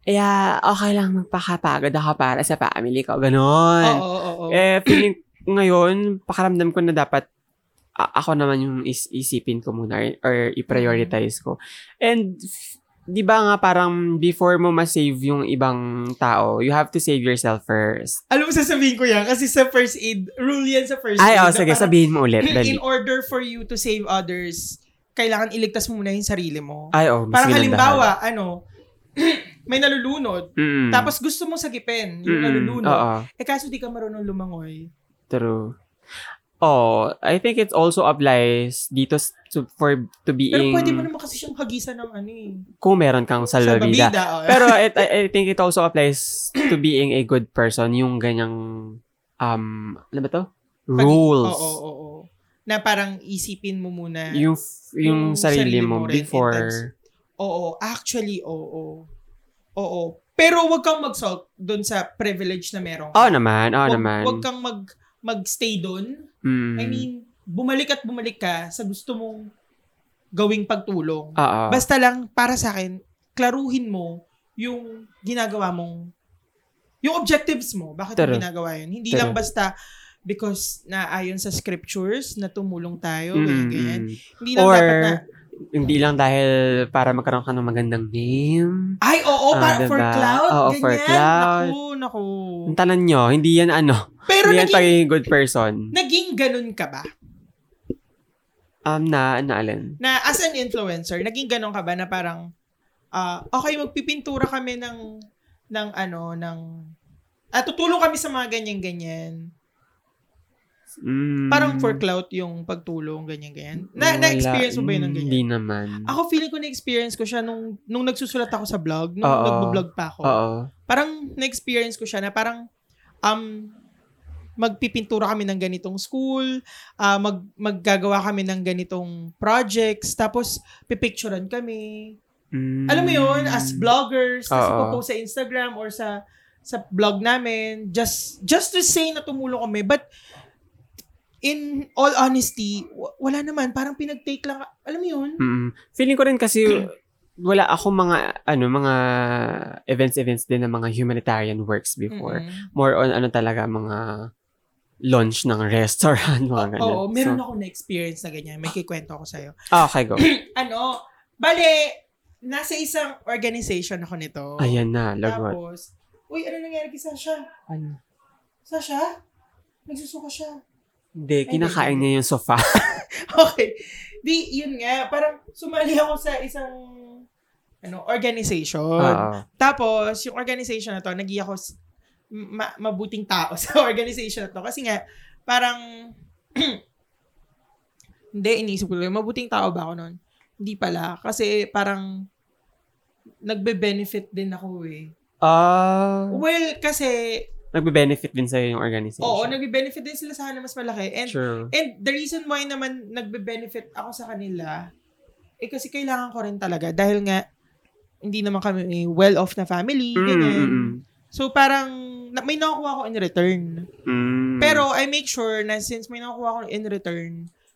B: yeah, okay lang, magpakapagod ako para sa family ko. Ganon.
A: Oo, oo, oo.
B: Eh, feeling ngayon, pakaramdam ko na dapat a- ako naman yung is- isipin ko muna or- or i-prioritize ko. And, f- di ba nga parang before mo ma-save yung ibang tao, you have to save yourself first.
A: Alam mo, sasabihin ko yan kasi sa first aid, rule yan sa first
B: Ay,
A: aid.
B: oh,
A: na
B: sige,
A: parang,
B: sabihin mo ulit.
A: In
B: Dali.
A: order for you to save others, kailangan iligtas mo muna yung sarili mo.
B: Ay, oh, mas
A: Parang
B: ganda.
A: halimbawa, ano, may nalulunod,
B: Mm-mm.
A: tapos gusto mong sagipin
B: Hmm.
A: yung
B: Mm-mm.
A: nalulunod.
B: Oo,
A: Eh kaso di ka marunong lumangoy.
B: true. Oh, I think it also applies dito s- to, for to
A: Pero
B: being
A: pwede mo naman kasi siyang hagisan ng ano eh.
B: kung meron kang salbabida.
A: Salbabida. oh.
B: Pero it, I, I think it also applies to being a good person, yung ganyang, um, ano ba to?
A: Pag-
B: Rules.
A: Oo, oo, oo. Na parang isipin mo muna.
B: Yung, f- yung
A: Yung
B: sarili,
A: sarili
B: mo,
A: mo rin,
B: before.
A: intense. Oo, actually, oo. Oo. Pero wag kang mag-salt doon sa privilege na meron.
B: Oo naman, oo Ah,
A: wag,
B: naman.
A: wag kang mag, mag-stay doon.
B: Mm.
A: I mean, bumalik at bumalik ka sa gusto mong gawing pagtulong.
B: oo.
A: Basta lang, para sa akin, klaruhin mo yung ginagawa mong, yung objectives mo. Bakit
B: True.
A: mo ginagawa yun? Hindi
B: True.
A: lang basta because naayon sa scriptures na tumulong tayo,
B: Mm,
A: ganyan, ganyan.
B: mm.
A: Hindi lang
B: Or,
A: dapat na,
B: hindi lang dahil para magkaroon ka ng magandang name.
A: ay, oo,
B: Ah,
A: para,
B: diba?
A: for cloud,
B: Oo,
A: ganyan.
B: for cloud.
A: Naku, naku.
B: Ang tanan nyo, hindi yan ano,
A: Pero
B: hindi yan
A: naging,
B: pagiging good person.
A: naging ganun ka ba?
B: Um, na, na alin?
A: Na as an influencer, naging ganun ka ba na parang, ah, okay, magpipintura kami ng, ng ano, ng, ah, tutulong kami sa mga ganyan-ganyan.
B: Mm,
A: Parang for clout yung pagtulong, ganyan-ganyan. Na,
B: wala.
A: na-experience mo ba yun ng
B: Mm,
A: ganyan?
B: Hindi naman.
A: Ako feeling ko na-experience ko siya nung, nung nagsusulat ako sa blog, nung
B: Oo.
A: nagbo-vlog pa ako.
B: Oo.
A: Parang na-experience ko siya na parang um magpipintura kami ng ganitong school, ah, mag maggagawa kami ng ganitong projects, tapos pipicturean kami.
B: Mm.
A: Alam mo yun, as vloggers, kasi
B: Oo.
A: po sa Instagram or sa sa vlog namin, just just to say na tumulong kami, but in all honesty, w- wala naman, parang pinag-take lang, alam mo yun?
B: Mm. Feeling ko rin kasi wala ako mga ano mga events events din ng mga humanitarian works before.
A: Mm-mm.
B: More on ano talaga mga launch ng restaurant mga ganun.
A: Oo, meron
B: So, ah,
A: ako na experience na ganyan, may kikwento ako sa'yo.
B: okay go.
A: ano, bale, nasa isang organization ako nito.
B: Ayan na, lagot.
A: Tapos, uy, ano nangyari kay Sasha?
B: Ano?
A: Sasha? Nagsusuka siya.
B: Hindi, kinakain niya yung sofa.
A: okay. Di, yun nga, parang sumali ako sa isang ano, organization.
B: Oo.
A: Tapos, yung organization na to, naging ako s- ma- mabuting tao sa organization na to. Kasi nga, parang, hindi, iniisip ko lang, mabuting tao ba ako nun? Hindi pala. Kasi parang, nagbe-benefit din ako eh.
B: Ah,
A: Well, kasi,
B: nagbe-benefit din sa'yo yung organization.
A: oo, nagbe-benefit din sila sa akin na mas malaki. And,
B: True.
A: and the reason why naman nagbe-benefit ako sa kanila, eh kasi kailangan ko rin talaga. Dahil nga, hindi naman kami well-off na family,
B: Mm,
A: ganyan.
B: mm, mm.
A: So parang na- may nakukuha ko in return.
B: Mm.
A: Pero I make sure na since may nakukuha ko in return,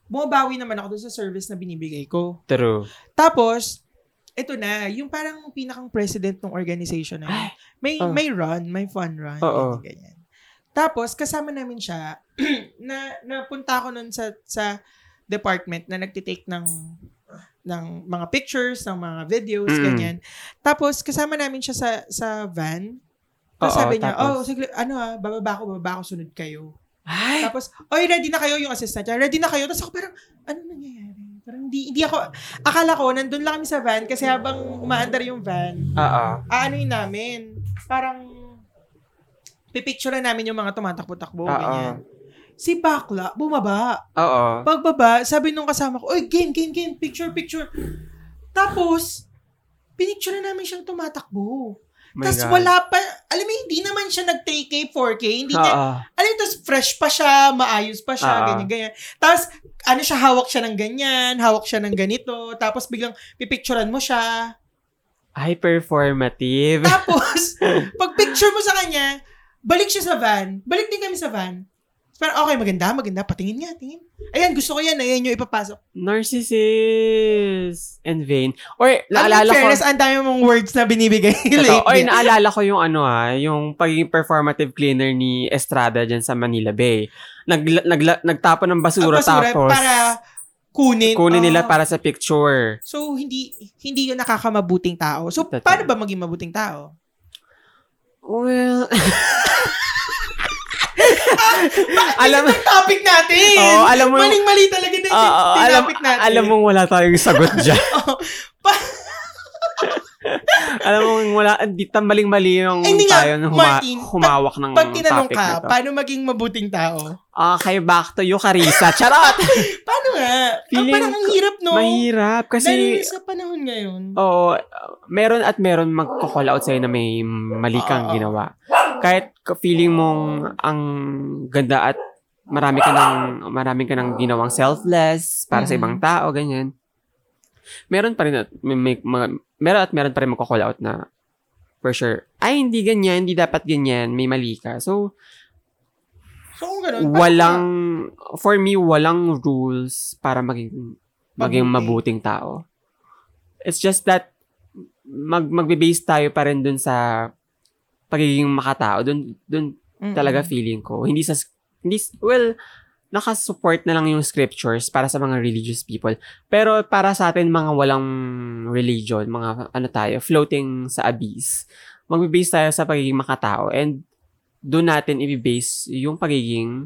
A: bumabawi naman ako dun sa service na binibigay ko.
B: True.
A: Tapos, ito na, yung parang pinakang president ng organization na yun. May,
B: Oh.
A: may run, may fun run.
B: Oo.
A: Ganyan, ganyan. Tapos, kasama namin siya, na napunta ako nun sa, sa department na nagtitake ng ng mga pictures, ng mga videos,
B: Mm.
A: ganyan. Tapos, kasama namin siya sa, sa van. Tapos
B: Oo,
A: sabi niya,
B: tapos?
A: oh, sige, ano ah, bababa ako, bababa ako, sunod kayo.
B: Ay!
A: Tapos, oy, ready na kayo yung assistant niya. Ready na kayo. Tapos ako parang, ano nangyayari? Parang hindi, hindi ako, akala ko, nandun lang kami sa van kasi habang umaandar yung van,
B: Oo.
A: aanoin namin. Parang, pipicture namin yung mga tumatakbo-takbo,
B: Oo.
A: ganyan. Si Bakla, bumaba.
B: Oo. Oh,
A: Pagbaba, sabi nung kasama ko, oy, game, game, game, picture, picture. Tapos, pinicture na namin siyang tumatakbo.
B: My
A: Tapos
B: God.
A: wala pa, alam mo, hindi naman siya nag-3K, 4K, hindi niya,
B: Oo.
A: alam mo, tapos fresh pa siya, maayos pa siya,
B: Ah.
A: ganyan, ganyan. Tapos, ano siya, hawak siya ng ganyan, hawak siya ng ganito, tapos biglang pipicturean mo siya.
B: Ay, performative.
A: Tapos, pag picture mo sa kanya, balik siya sa van, balik din kami sa van. Pero okay, maganda, maganda, patingin nga, tingin. Ayan, gusto ko yan, ayan yung ipapasok.
B: Narcissist and vain. Or,
A: Alam
B: naalala ko.
A: fairness, ang dami mong words na binibigay
B: Totoo. Or,
A: lately.
B: naalala ko yung ano ha, yung pagiging performative cleaner ni Estrada dyan sa Manila Bay. Nag, nag, nagtapon ng basura,
A: Ang basura
B: tapos
A: para kunin.
B: kunin nila
A: Ah.
B: para sa picture.
A: So, hindi hindi yun nakakamabuting tao. So,
B: Totoo.
A: paano ba maging mabuting tao?
B: Well, alam mo,
A: Ang topic natin!
B: Oo, alam mo yung-
A: Maling-mali talaga na yung
B: Oo, oo, alam,
A: topic natin.
B: alam mong wala tayong sagot dyan.
A: Pa-
B: alam mong wala, di maling-mali yung
A: Ay, hindi nga,
B: tayo nung huma-
A: Martin, pag-
B: humawak ng
A: Pag tinanong
B: topic
A: ka,
B: na to.
A: paano maging mabuting tao?
B: Okay, back to you, Carissa. Charot!
A: Paano nga? Ang
B: Feeling
A: parang ang hirap, no?
B: Mahirap
A: Lalo
B: kasi
A: na sa panahon ngayon.
B: oo, meron at meron magko-call out sa'yo na may mali kang
A: Oo.
B: ginawa. Kahit ka- feeling mong ang ganda at marami ka ng marami ka ng ginawang selfless para sa
A: Mhm.
B: ibang tao ganyan. Meron pa rin at may, may, mga- meron at meron pa rin magko-call out na for sure. Ay, hindi ganyan, hindi dapat ganyan, may mali ka. So,
A: So, kung ganun, paano
B: walang, for me, walang rules para maging, maging
A: Mabuti.
B: mabuting tao. It's just that, mag, magbe-base tayo pa rin dun sa pagiging makatao. Dun, dun
A: ka- Mm-mm.
B: talaga feeling ko. Hindi sa, hindi, s- well, nakasupport na lang yung scriptures para sa mga religious people. Pero para sa atin, mga walang religion, mga ano tayo, floating sa abyss, magbe-base tayo sa pagiging makatao and doon natin i-base yung pagiging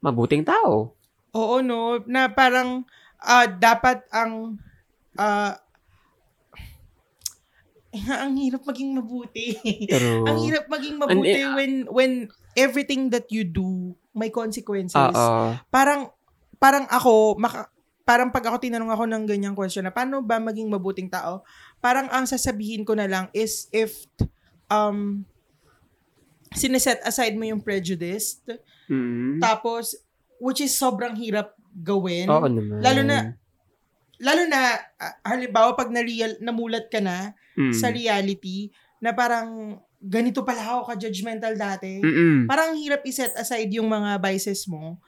B: mabuting tao.
A: Oo, no. Na parang ah, dapat ang... ah, eh ang hirap maging mabuti.
B: Pero,
A: ang hirap maging mabuti
B: Ano,
A: when when everything that you do may consequences.
B: oo.
A: Parang parang ako maka- parang pag ako tinanong ako ng ganyang question na paano ba maging mabuting tao? Parang ang sasabihin ko na lang is if um sineset aside mo yung prejudice
B: Mm.
A: tapos which is sobrang hirap gawin.
B: Oo naman.
A: Lalo na- Lalo na ah, halimbawa pag na-real, namulat ka na
B: Mm.
A: sa reality na parang ganito pala ako ka-judgmental dati.
B: Mm-mm.
A: parang hirap i-set aside yung mga biases mo.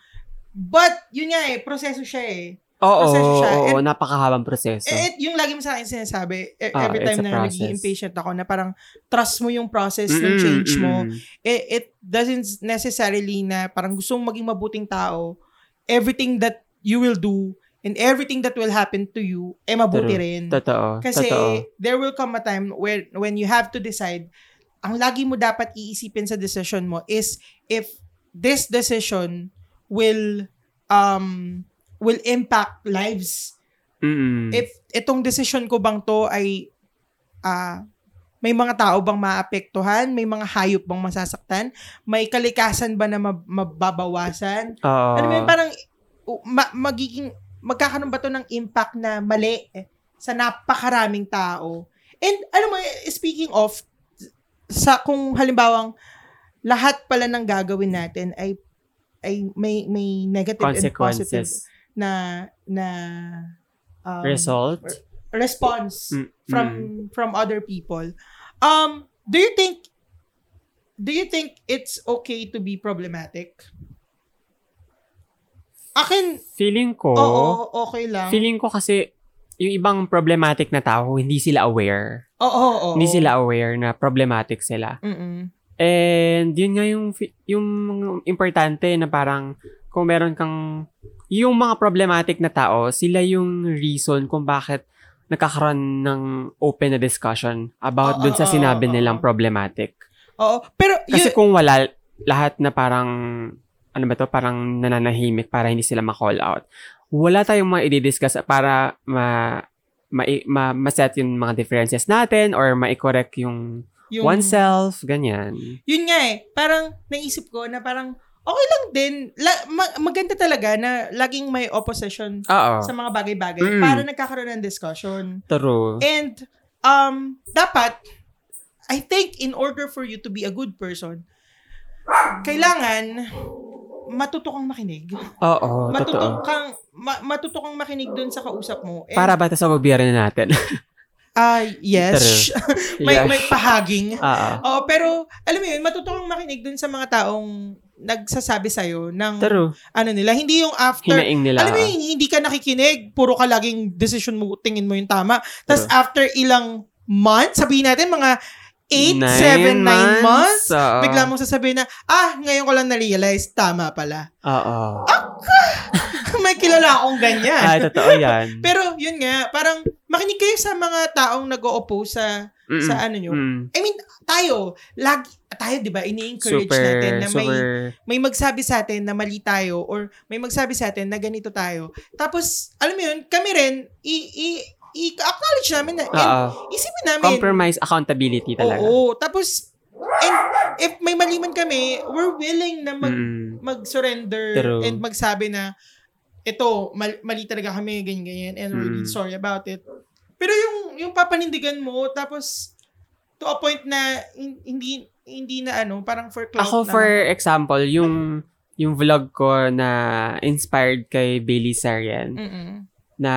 A: But, yun nga eh, proseso siya eh.
B: Oo,
A: proseso siya.
B: oo,
A: And-
B: napakahabang proseso.
A: eh, eh, yung lagi mo sa akin sinasabi, e-
B: Ah,
A: every
B: it's a
A: time na
B: process.
A: naging impatient ako, na parang trust mo yung process ng
B: Mm-mm,
A: change mo.
B: mm-mm.
A: Eh, it doesn't necessarily na parang gusto mong maging mabuting tao, everything that you will do and everything that will happen to you, eh mabuti
B: True.
A: rin.
B: Totoo,
A: Kasi
B: totoo.
A: there will come a time where when you have to decide, ang lagi mo dapat iisipin sa decision mo is if this decision will um will impact lives.
B: Mm-mm.
A: If itong decision ko bang to ay ah, may mga tao bang maapektuhan, may mga hayop bang masasaktan, may kalikasan ba na mab- mababawasan?
B: Oo.
A: Ano mo yun, parang uh, ma- magiging, magkakaroon ba to ng impact na mali eh, sa napakaraming tao? And alam mo, eh, speaking of, sa kung halimbawang lahat pala ng gagawin natin ay ay may may negative and positive
B: consequences.
A: na na um,
B: Result?
A: response
B: Mm,
A: from from other people. Um, do you think do you think it's okay to be problematic? Akin,
B: Feeling ko,
A: oo, okay lang.
B: feeling ko kasi yung ibang problematic na tao, hindi sila aware.
A: oo, oo, oo.
B: Hindi sila aware na problematic sila.
A: Mm-mm.
B: And yun nga yung, fi- yung importante na parang kung meron kang, yung mga problematic na tao, sila yung reason kung bakit nagkakaroon ng open na discussion about dun sa
A: Oo,
B: sinabi
A: oo,
B: nilang
A: oo.
B: problematic.
A: Oo, pero
B: Kasi
A: yun,
B: kung wala, lahat na parang, ano ba to, parang nananahimik para hindi sila ma-call out. Wala tayong mga i-discuss para ma, ma, ma, ma-set yung mga differences natin or ma-correct yung,
A: yung,
B: oneself, ganyan.
A: yun nga eh, parang naisip ko na parang okay lang din. La- ma- maganda talaga na laging may opposition
B: Oo.
A: sa mga bagay-bagay
B: Ah. Mm.
A: para nagkakaroon ng discussion.
B: True.
A: And um dapat I think in order for you to be a good person, kailangan matuto kang makinig.
B: Oo, totoo.
A: Matuto kang ma- matuto kang makinig doon sa kausap mo. And,
B: Para ba ito sa gobyerno natin?
A: ah, yes. may
B: Yeah.
A: may pahaging.
B: Oo.
A: Oo, pero alam mo 'yun, matuto kang makinig doon sa mga taong nagsasabi sa ng
B: True.
A: ano nila, hindi yung after
B: Hinaing nila.
A: Alam mo yun, hindi ka nakikinig, puro ka laging decision mo, tingin mo yung tama. Tapos after ilang months, sabihin natin mga 8, 7, 9 months,
B: Oo.
A: bigla mong sasabihin na, ah, ngayon ko lang na-realize, tama pala.
B: Oo.
A: May kilala akong ganyan.
B: Ay, totoo yan.
A: Ah! Pero yun nga, parang makinig kayo sa mga taong nag-oppose sa,
B: Mm-mm.
A: sa ano nyo.
B: Mm.
A: I mean, tayo, lagi, tayo, di ba, ini-encourage
B: Super,
A: natin na may
B: super,
A: may magsabi sa atin na mali tayo or may magsabi sa atin na ganito tayo. Tapos, alam mo yun, kami rin, i- i- i-acknowledge namin na, and
B: oo.
A: isipin namin.
B: Ah, Compromise accountability talaga.
A: Oo. Tapos, and if may maliman kami, we're willing na mag,
B: Mm.
A: mag-surrender
B: True.
A: and magsabi na, ito, mal- mali talaga kami, ganyan-ganyan, and we're really
B: Mm.
A: sorry about it. Pero yung, yung papanindigan mo, tapos, to a point na, hin- hindi, hindi na ano, parang for clout
B: Ako,
A: lang.
B: for example, yung yung vlog ko na inspired kay Bailey Sarian
A: Mm-mm.
B: na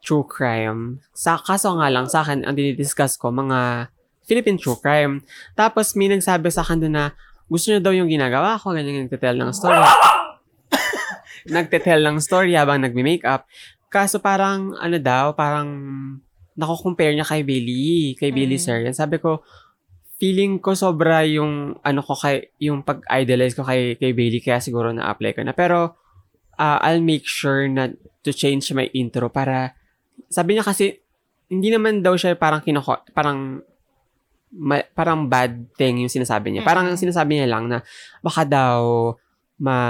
B: true crime. Sa kaso nga lang, sa akin, ang dinidiscuss ko, mga Philippine True Crime. Tapos may nagsabi sa akin doon na gusto niya daw yung ginagawa ko, ganyan nagtetel ng story. nagtetel ng story habang nagme-makeup. Kaso parang ano daw, parang nako-compare niya kay Billy, kay Billy
A: Mm.
B: Sir. Sabi ko, feeling ko sobra yung ano ko kay yung pag-idolize ko kay kay Bailey kaya siguro na-apply ko na. Pero ah, I'll make sure na to change my intro para sabi niya kasi hindi naman daw siya parang kinoko parang ma- parang bad thing yung sinasabi niya. Parang
A: Mm.
B: sinasabi niya lang na baka daw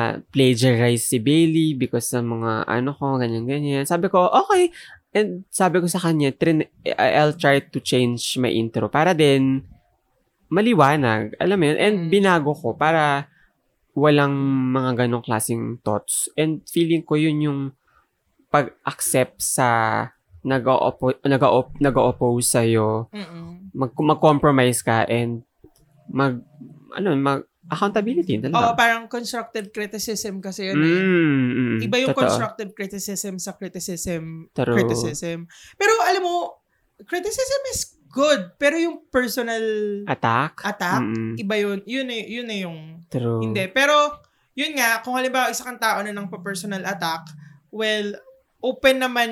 B: ma-plagiarize si Bailey because sa mga ano ko, ganyan-ganyan. Sabi ko, okay. And sabi ko sa kanya, trin- I- I'll try to change my intro para din maliwanag. Alam mo yun? And
A: Mm.
B: binago ko para walang mga ganong klaseng thoughts. And feeling ko yun yung pag-accept sa nag-o-oppo- nag-o-op- nag-o-oppose sa'yo.
A: Mm-mm.
B: Mag- mag-compromise ka and mag, ano, mag, accountability.
A: Oo,
B: Talaga.
A: parang constructive criticism kasi yun. eh.
B: Mm, mm,
A: Iba yung
B: totoo.
A: constructive criticism sa criticism
B: True.
A: criticism. Pero alam mo, criticism is good, pero yung personal
B: Attack.
A: attack,
B: Mm,
A: iba yun. Yun na, yun na yung
B: true.
A: hindi. Pero, yun nga, kung halimbawa isa kang tao na ng personal attack, well, open naman,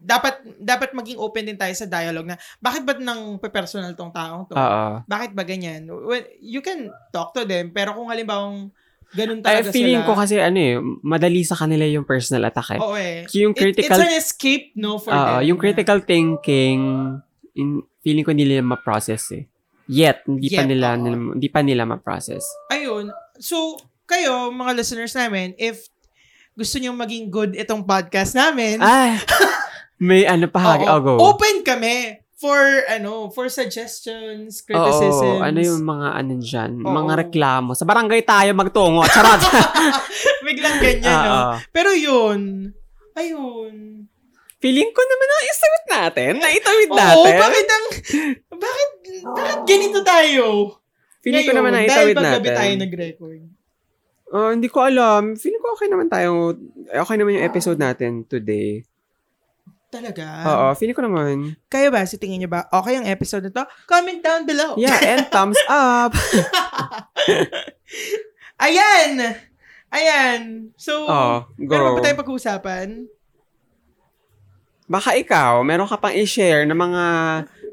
A: dapat dapat maging open din tayo sa dialogue na bakit ba nang personal tong taong to?
B: Oo.
A: bakit ba ganyan? Well, you can talk to them, pero kung halimbawa ganun
B: Ay,
A: talaga
B: feeling
A: sila.
B: ko kasi ano eh, madali sa kanila yung personal attack eh.
A: Oo eh.
B: Yung
A: It-
B: critical
A: it's an escape, no, for
B: Oo,
A: them.
B: yung critical thinking, in, feeling ko nila ma-process eh. Yet, hindi pa
A: Yet,
B: nila,
A: oo.
B: nila hindi pa nila ma-process.
A: Ayun. So, kayo, mga listeners namin, if gusto nyo maging good itong podcast namin,
B: Ay! may ano pa, hagi.
A: oo,
B: Oh, Ah, go.
A: open kami for, ano, for
B: Oo,
A: suggestions, criticisms.
B: ano yung mga ano dyan,
A: Oo.
B: mga reklamo. Sa barangay tayo magtungo. Charot!
A: Biglang ganyan,
B: Oo.
A: no? Pero yun, ayun.
B: Feeling ko naman na isagot natin, naitawid
A: Oo,
B: natin.
A: bakit ang, bakit, bakit ganito tayo?
B: Feeling ko naman
A: Ngayon,
B: naitawid
A: Dahil paggabi
B: natin.
A: tayo nag-record.
B: Ah, hindi ko alam. Feeling ko okay naman tayo. Okay naman yung episode natin today.
A: Talaga?
B: Oo, feeling ko naman.
A: Kayo ba? Sa tingin nyo ba, okay ang episode na to? Comment down below.
B: Yeah, and thumbs up.
A: Ayan! Ayan! So,
B: Oo, Oh, go.
A: meron pa ba tayong pag-uusapan?
B: Baka ikaw, meron ka pang i-share ng mga,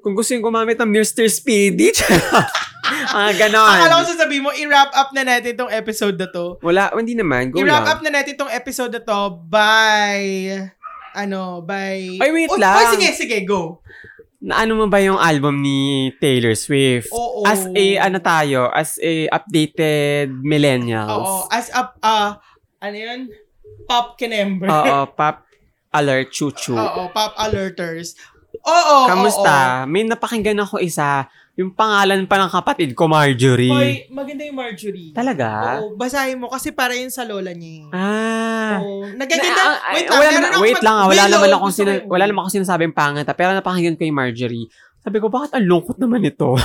B: kung gusto yung gumamit ng Mr. Speedy, mga
A: Akala ko
B: ganon.
A: sasabihin mo, i-wrap up na natin tong episode na to.
B: Wala, oh, hindi naman, go
A: I-wrap up
B: lang.
A: na natin tong episode na to by... Ano, by...
B: Ay, wait
A: Oh,
B: lang.
A: Oh, sige, sige, go.
B: Na ano mo ba yung album ni Taylor Swift?
A: Oo.
B: As a, ano tayo, as a updated
A: Oo,
B: millennials.
A: as up, ah, ano yun? Pop Kinember.
B: Oo, pop alert, chuchu.
A: Oo, pop alerters. Oo,
B: Kamusta? May napakinggan ako isa, yung pangalan pa ng kapatid ko, Marjorie.
A: Oo. Hoy, maganda yung Marjorie.
B: Talaga?
A: Oo, basahin mo kasi para yun sa lola niya. eh.
B: Ah.
A: Oo. Nagaganda.
B: Na- ah, ah,
A: wait lang.
B: wala
A: meron
B: naman,
A: akong
B: wait
A: pag-
B: lang, ah, wala
A: Willow,
B: naman akong
A: gusto ko
B: sina-
A: yung-
B: wala naman akong sinasabing pangit, ah, pero napakinggan ko yung Marjorie. Sabi ko, bakit ang lungkot naman ito?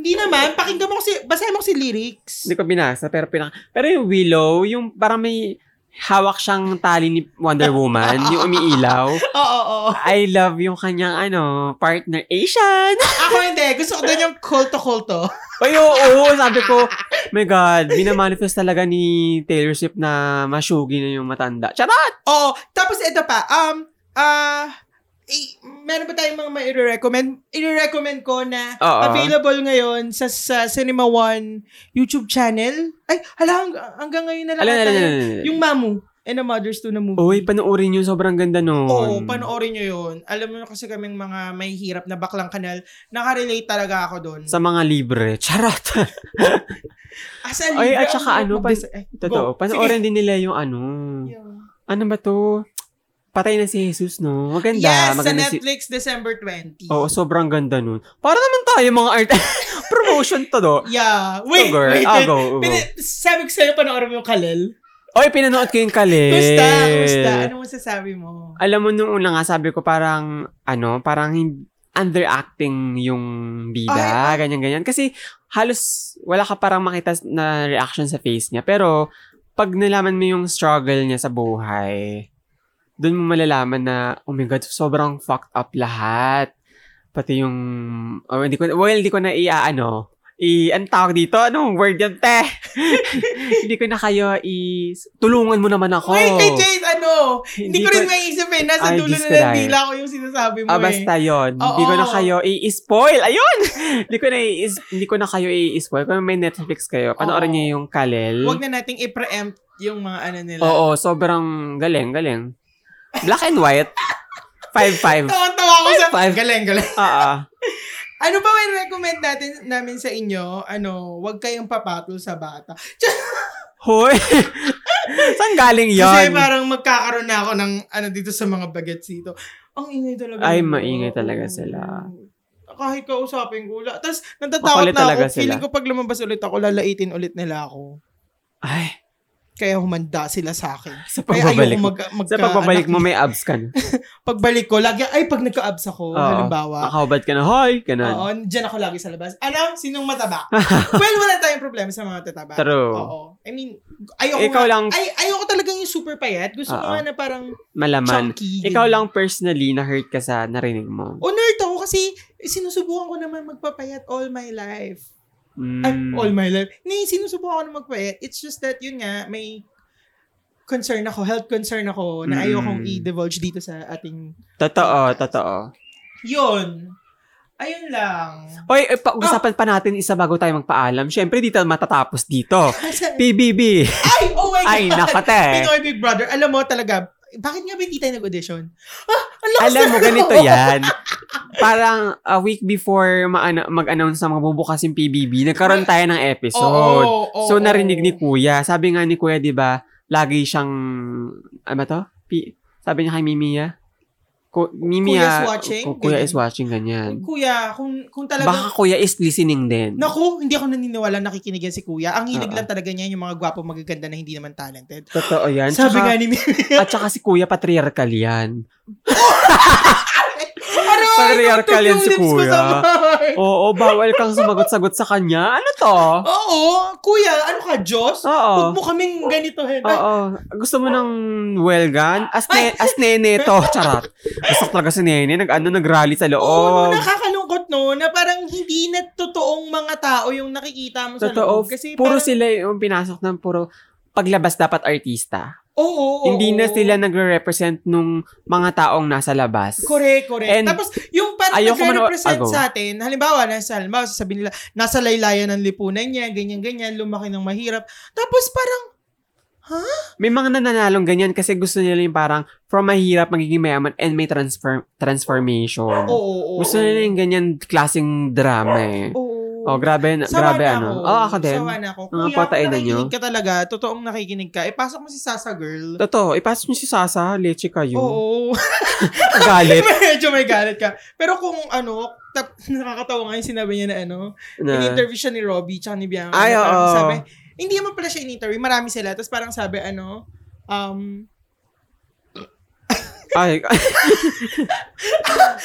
A: Hindi naman. Pakinggan mo kasi, basahin mo kasi lyrics.
B: Hindi ko binasa, pero pinaka... Pero yung Willow, yung parang may hawak siyang tali ni Wonder Woman, yung umiilaw.
A: Oo, oo, oo.
B: I love yung kanyang, ano, partner, Asian!
A: Ako hindi. Gusto ko doon yung kulto-kulto.
B: Ay, oo, sabi ko, my God, minamanifest talaga ni Taylor Swift na masugi na yung matanda. Charot!
A: Oo. Tapos ito pa. Um, ah, eh, meron ba tayong mga ma-recommend? I-recommend ko na
B: Oo.
A: available ngayon sa, sa Cinema One YouTube channel. Ay, hala, hang- hanggang ngayon na lang.
B: Alam, alam,
A: ata
B: alam,
A: yun.
B: alam.
A: Yung Mamu and the Mothers 2 na movie.
B: Uy, panoorin yun, sobrang ganda nun.
A: Oo, panoorin nyo yun. Alam mo na kasi kaming mga may hirap na baklang kanal, nakarelate talaga ako doon.
B: Sa mga libre. Charot!
A: As a
B: Ay,
A: leader,
B: at saka
A: ang
B: ano,
A: mag-
B: pan-
A: eh,
B: Totoo.
A: go.
B: Panoorin din nila yung ano.
A: Sige. Yeah.
B: Ano ba to? Patay na si Jesus, no? Maganda.
A: Yes, sa
B: maganda si...
A: Netflix, December 20.
B: Oo, sobrang ganda nun. Para naman tayo mga art... Promotion to, do.
A: Yeah.
B: Wait,
A: Wait,
B: girl.
A: wait.
B: Ah,
A: wait.
B: go, go.
A: Pina- sabi ko sa'yo, panoorin mo yung Kalel.
B: Oy, pinanood ko yung Kalil.
A: Kumusta? Kumusta? Ano mo sasabi mo?
B: Alam mo, nung una nga, sabi ko parang, ano, parang hin- underacting yung bida, ganyan-ganyan. Kasi halos wala ka parang makita na reaction sa face niya. Pero pag nalaman mo yung struggle niya sa buhay, doon mo malalaman na, oh my God, sobrang fucked up lahat. Pati yung, oh, hindi ko, well, hindi ko na iaano. I, ang tawag dito, anong word yan, te? hindi ko na kayo i, tulungan mo naman ako.
A: Wait, kay Jade, ano? Hindi, ko rin maiisip eh. Nasa
B: Ay,
A: dulo
B: Diyos ko
A: na ng
B: dahil.
A: dila ko yung sinasabi mo
B: Ah,
A: eh.
B: basta yun.
A: Oo.
B: Hindi ko na kayo i-spoil. Ayun! hindi ko na i- hindi ko na kayo i-spoil. Kung may Netflix kayo, panoorin
A: Oo.
B: niyo yung Kalel.
A: eh. Huwag na nating i-preempt yung mga ano nila.
B: Oo, sobrang galing, galing. Black and white. 5-5.
A: Tawang-tawa ko sa...
B: Five.
A: Galing, galing.
B: Oo.
A: Ano ba may recommend natin namin sa inyo? Ano, huwag kayong papatol sa bata.
B: Hoy! Saan galing
A: Kasi
B: yon?
A: parang magkakaroon na ako ng ano dito sa mga bagets dito. Ang ingay talaga.
B: Ay,
A: nila.
B: maingay talaga
A: Oo.
B: sila.
A: Kahit kausapin ko. wala. Tapos, natatakot
B: Makulit
A: na
B: talaga
A: ako.
B: sila.
A: Feeling ko pag lumabas ulit ako, lalaitin ulit nila ako.
B: Ay,
A: Kaya humanda sila sa akin.
B: sa
A: Kaya
B: pagbabalik
A: ayoko
B: mo.
A: mag, magka,
B: Sa pagbabalik
A: anak-
B: mo may abs ka na.
A: Pagbalik ko, lagi, ay, pag nagka-abs ako,
B: Oo.
A: halimbawa.
B: Nakahubad ka na, hoy! Ganun.
A: Oo, dyan ako lagi sa labas. Ano? Sinong mataba? well, wala tayong problema sa mga tataba.
B: True.
A: Oo. I mean, ayoko
B: Ikaw
A: nga-
B: lang-
A: Ay, ayoko talagang yung super payat. Gusto
B: Oo.
A: ko nga na parang
B: Malaman.
A: chunky.
B: Ikaw lang personally na-hurt ka sa narinig mo.
A: O nerd ako kasi sinusubukan ko naman magpapayat all my life. Ay,
B: Mm.
A: all my life. Ni sinusubukan ko na magpayat. It's just that yun nga, may concern ako, health concern ako
B: Mm.
A: na ayokong i-divulge dito sa ating
B: Totoo, totoo.
A: yun. Ayun lang.
B: Hoy, eh,
A: Ah!
B: pag-usapan pa natin isa bago tayo magpaalam. Siyempre, di tayo matatapos dito.
A: Kasi-
B: PBB.
A: Ay, oh my God!
B: Ay, nakate.
A: Pinoy Big Brother, alam mo talaga, bakit nga ba hindi tayo nag-audition? Ah, ang lakas
B: Alam mo,
A: na-
B: ganito yan. Parang a week before maana- mag-announce na magbubukas yung PBB, nagkaroon tayo ng episode.
A: Oo, oo,
B: so,
A: oo.
B: narinig ni Kuya. Sabi nga ni Kuya, di ba, lagi siyang, ano ba to? P- sabi niya kay Mimiya. Ku- Mimiya,
A: Kuya's watching?
B: ku- Kuya
A: Ganyan.
B: is watching, ganyan.
A: Kuya, kung, kung
B: Baka
A: talaga...
B: Kuya is listening din.
A: Naku, hindi ako naniniwala nakikinig yan si Kuya. Ang hilig
B: Oo.
A: lang talaga niya yung mga gwapo magaganda na hindi naman talented.
B: Totoo yan.
A: Sabi
B: Tsaka-
A: nga ni Mimi.
B: At saka si Kuya patriarchal yan.
A: Ano?
B: Patriarchal yan si Kuya.
A: Oo,
B: Oo, bawal kang sumagot-sagot sa kanya. Ano to?
A: Oo, Kuya, ano ka, Diyos?
B: Oo.
A: Huwag mo kaming ganitohin. Ay,
B: Oo. Gusto mo ng well gun? As, ne- as nene to. Charot. Gusto ko talaga si nene. Nag, ano, nag-rally sa
A: Oo, oh,
B: loob.
A: nakakalungkot no, na parang hindi na totoong mga tao yung nakikita mo sa
B: Totoo.
A: loob. Kasi
B: puro
A: parang-
B: sila yung pinasok ng puro paglabas dapat artista.
A: Oo, oo,
B: Hindi na
A: oo.
B: sila nagre-represent nung mga taong nasa labas.
A: Correct, correct.
B: And
A: Tapos, yung parang
B: ayoko man-
A: nagre-represent
B: ah, go.
A: sa atin, halimbawa, nasa, halimbawa, sasabihin nila, nasa laylayan ng lipunan niya, ganyan-ganyan, lumaki ng mahirap. Tapos, parang,
B: May mga nananalong ganyan kasi gusto nila yung parang from mahirap magiging mayaman and may transfer- transformation.
A: oo, oo, oo.
B: Hmm. Gusto nila yung ganyan klaseng drama eh.
A: Oo.
B: Oh, grabe, na,
A: Sawa
B: grabe
A: na
B: ano.
A: Ako.
B: Oo, ako din.
A: Sawa na ako.
B: Mga
A: Kuya, kung
B: patay na nyo.
A: nakikinig ka talaga, totoong nakikinig ka, ipasok mo si Sasa Girl.
B: Totoo, ipasok niyo si Sasa, leche kayo.
A: Oo.
B: Galit
A: Medyo may galit ka. Pero kung ano, tap, nakakatawa nga yung sinabi niya na ano,
B: na.
A: in-interview siya ni Robbie tsaka ni Bianca.
B: Ay,
A: Na parang
B: oo.
A: Sabi, hindi naman pala siya in-interview. Marami sila. Tapos parang sabi, ano, um,
B: Ay.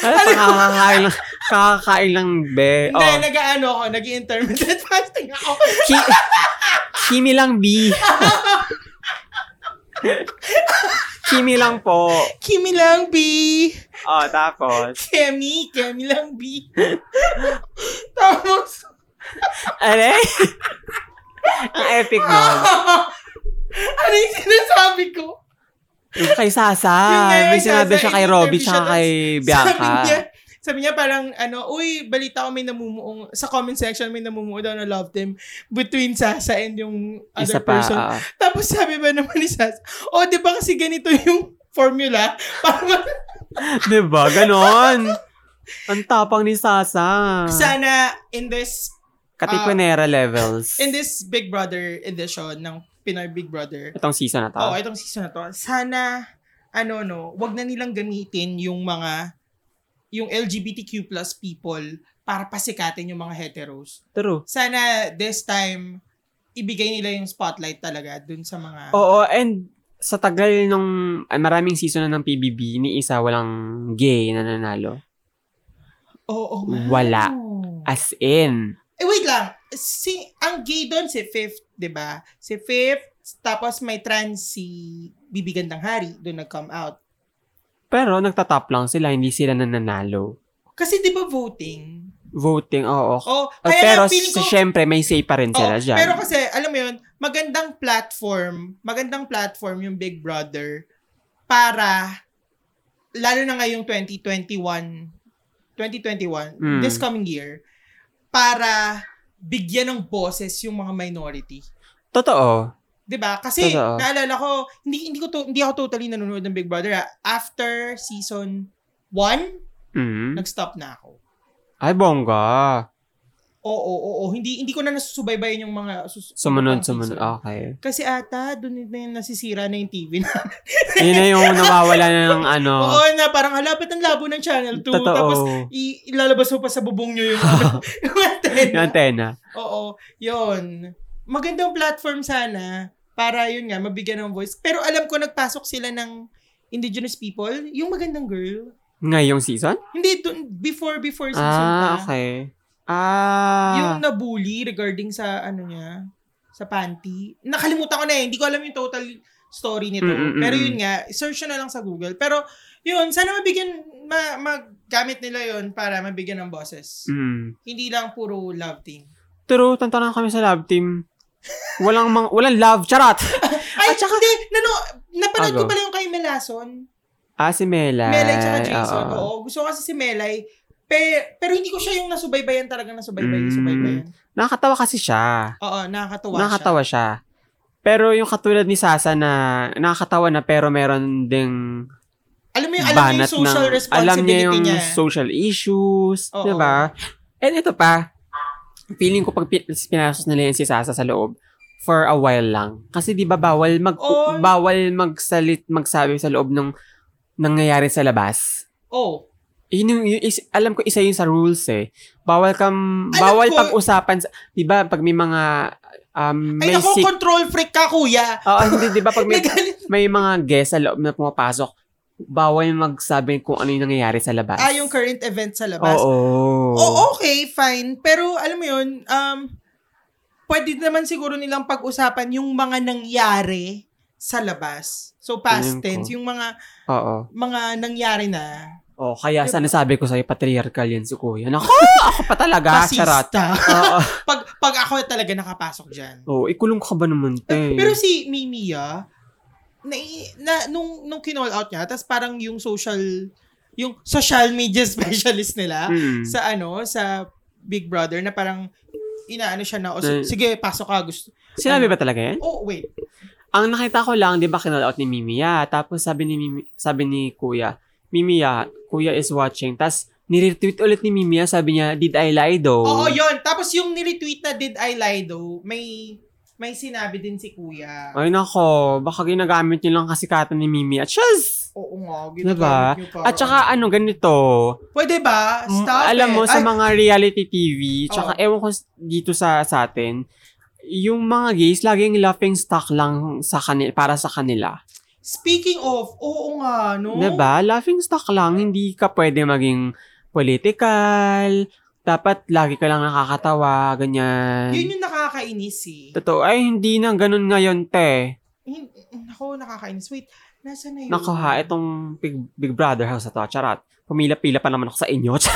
B: Ay, kakakain lang. Kakakain lang, be.
A: hindi,
B: Oh.
A: nag-ano ako, nag-intermittent fasting ako.
B: Ki- Kimi lang, B. Kimi lang po.
A: Kimi lang, B.
B: Oh, tapos.
A: Kemi, Kemi lang, B. Tapos,
B: Aray? Ang epic nun.
A: ano yung sinasabi ko?
B: Yung kay Sasa.
A: Yung nga yung
B: May sinabi
A: Sasa,
B: siya kay
A: in-interview
B: Robbie
A: siya,
B: tsaka kay
A: tapos
B: Bianca.
A: Sabi niya, sabi niya parang, ano, uy, balita ko may namumuong, sa comment section may namumuo daw na love team between Sasa and yung other
B: Isa pa. ah.
A: person.
B: oo.
A: Tapos sabi ba naman ni Sas, oh, di ba kasi ganito yung formula? Parang
B: Diba? Ganon. Ang tapang ni Sasa.
A: sana in this,
B: Katipunera
A: ah,
B: levels.
A: in this Big Brother edition ng Pinoy Big Brother,
B: Itong season na to.
A: oh, itong season na to, sana, ano no, wag na nilang gamitin yung mga, yung LGBTQ plus people para pasikatin yung mga heteros.
B: True.
A: Sana this time, ibigay nila yung spotlight talaga dun sa mga...
B: Oo, and sa tagal nung ah, maraming season na ng PBB, ni isa walang gay na nanalo.
A: Oo, oo.
B: Wala.
A: Oo.
B: As in.
A: oh, Eh, wait lang. Si, ang gay doon, si Fifth, di ba? Si Fifth, tapos may trans si Bibi Gandang Hari, doon nag-come out.
B: Pero nagtatap lang sila, hindi sila nananalo.
A: Kasi di ba voting?
B: Voting, oo. Oh,
A: Oh, kaya
B: pero
A: nga feeling ko,
B: si- syempre, may say pa rin
A: Oo,
B: sila dyan.
A: Pero kasi, alam mo yun, magandang platform, magandang platform yung Big Brother para, lalo na ngayong 2021, 2021,
B: Mm.
A: this coming year, para bigyan ng boses yung mga minority.
B: Totoo.
A: 'Di ba? Kasi
B: Totoo.
A: naalala ko, hindi hindi ko to, hindi ako totally nanonood ng Big Brother. ah. After season 1,
B: Mm.
A: nag-stop na ako.
B: Ay, bongga.
A: Oo, oo, oo, hindi hindi ko na nasusubaybayan yung mga sus-
B: Sumunod,
A: ibang
B: sumunod.
A: season.
B: Okay.
A: Kasi ata, doon na yung nasisira na yung TV na.
B: Yun na yung nawawala na ng ano.
A: Oo na, parang halapit ang labo ng Channel 2.
B: Totoo.
A: Tapos, i- ilalabas mo pa sa bubong nyo yung, ano, yung antenna.
B: yung antena.
A: Oo, yun. Magandang platform sana para yun nga, mabigyan ng voice. Pero alam ko, nagpasok sila ng indigenous people. Yung magandang girl.
B: Ngayong season?
A: Hindi, dun, before, before season
B: ah,
A: pa.
B: okay. Ah.
A: Yung nabully regarding sa, ano niya, sa panty. Nakalimutan ko na eh. Hindi ko alam yung total story nito.
B: Mm, mm,
A: Pero
B: mm.
A: yun nga, search nyo na lang sa Google. Pero yun, sana mabigyan, ma, magamit nila yun para mabigyan ng boses.
B: Mm.
A: Hindi lang puro love thing.
B: True, tantanan kami sa love team. Walang mang, walang love. Charot!
A: Ay, hindi, nano, napanood
B: Ago.
A: ko pala yung kay Melason.
B: Ah, si Melay.
A: Melay tsaka
B: oo.
A: Jason. Oo. Gusto ko kasi si Melay. Pe, pero hindi ko siya yung nasubaybayan talaga nasubaybay,
B: Mm.
A: subaybayan.
B: Nakakatawa kasi siya.
A: Oo, nakakatawa siya.
B: Nakakatawa siya. Pero yung katulad ni Sasa na nakakatawa na pero meron ding
A: Alam mo yung, alam niya
B: banat
A: yung social
B: ng, alam
A: responsibility
B: niya yung
A: niya.
B: social issues,
A: Oo.
B: di ba? And ito pa, feeling ko pag pi- pinasok nila yung si Sasa sa loob, for a while lang. Kasi di ba bawal mag
A: Oo.
B: bawal magsalit magsabi sa loob ng nangyayari sa labas.
A: Oo.
B: Yun yung, yun is, alam ko isa yun sa rules eh. Bawal kang,
A: Alam
B: bawal
A: ko-
B: pag-usapan, sa- di ba, pag may mga, um,
A: Ay,
B: may
A: ako,
B: sick-
A: control freak ka, kuya.
B: Oo, hindi, di ba, pag may,
A: Nagalit.
B: may mga guest sa loob na pumapasok, bawal magsabi kung ano yung nangyayari sa labas.
A: Ah, yung current event sa labas.
B: Oo.
A: Oh, okay, fine. Pero alam mo yun, um, pwede naman siguro nilang pag-usapan yung mga nangyari sa labas. So,
B: Ayun
A: past
B: ko.
A: tense, yung mga
B: Oo.
A: mga nangyari na.
B: Oh, kaya
A: Diba?
B: sana sabi ko sa'yo, patriarchal yan si Kuya. Ako, ako pa talaga, charot.
A: Pasista.
B: Oo.
A: pag, pag ako talaga nakapasok dyan.
B: Oo, ikulong ka ba naman, te?
A: Pero si Mimiya, na, na, nung, nung kinall out niya, tapos parang yung social, yung social media specialist nila,
B: Mm.
A: sa ano, sa Big Brother na parang inaano siya na, o,
B: Na-
A: sige, pasok ka, gusto.
B: Sinabi ba talaga yan?
A: Oh, wait.
B: Ang nakita ko lang, di ba, kinall out ni Mimiya. Tapos sabi ni, Mimi, sabi ni Kuya, Mimiya, Kuya is watching. Tapos, niretweet ulit ni Mimiya, sabi niya, did I lie though?
A: Oo, yun. Tapos yung niretweet na Did I Lie Though, may may sinabi din si Kuya.
B: Ay nako, baka ginagamit niyo lang kasikatan ni Mimi at Shaz!
A: Oo nga,
B: Diba?
A: ginagamit niyo para.
B: At saka ano, ganito.
A: Pwede ba?
B: m-
A: Stop
B: alam mo,
A: it.
B: sa
A: Ay,
B: mga reality TV, tsaka
A: Oo.
B: ewan ko s- dito sa, sa atin, yung mga gays, laging laughing stock lang sa kanila, para sa kanila.
A: Speaking of, oo nga, no?
B: Diba? Laughing stock lang, hindi ka pwede maging political, dapat lagi ka lang nakakatawa, ganyan.
A: Yun yung nakakainis eh.
B: Totoo. Ay, hindi na ganun ngayon, te.
A: Hin- Ako, nakakainis. Wait, nasa na yun?
B: Nako ha, itong Big, Big Brother house na to, charot. Pumila-pila pa naman ako sa inyo.
A: Na,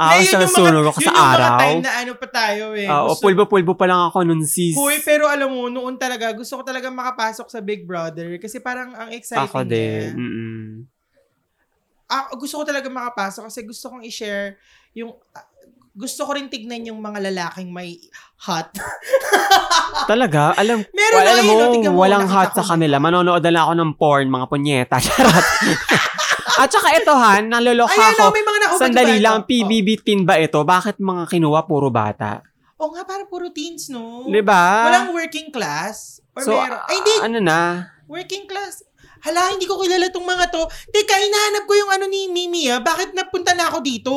B: ako
A: yun
B: sa
A: yung mga-
B: sunog ako sa
A: Yun yung mga
B: araw.
A: time na ano pa tayo eh.
B: Oo,
A: Gusto-
B: Ah, pulbo-pulbo pa lang ako nun, sis.
A: Hoy, pero alam mo, noon talaga, gusto ko talaga makapasok sa Big Brother kasi parang ang exciting
B: Ako
A: niya.
B: din. Mm-mm.
A: Ah, gusto ko talaga makapasok kasi gusto kong i-share yung... ah, gusto ko rin tignan yung mga lalaking may hot.
B: Talaga, alam,
A: Meron
B: wala,
A: na
B: alam
A: yun,
B: mo,
A: no? Tignan mo,
B: walang
A: nakita
B: hot
A: ko
B: sa
A: yun.
B: kanila. Manonood na lang ako ng porn, mga punyeta. Charot. At saka ito, Han, naloloka
A: Ayan
B: ako.
A: no, may mga nakaupat
B: Sandali
A: ba
B: lang,
A: ito?
B: PBB teen ba ito? Bakit mga kinuha puro bata?
A: Oh. oh nga, para puro teens, no?
B: Di ba?
A: Walang working class?
B: Diba?
A: Or
B: So,
A: meron? Ay, hindi.
B: ano na?
A: Working class. Hala, hindi ko kilala tong mga to. Teka, hinahanap ko yung ano ni Mimi, ah. Bakit napunta na ako dito?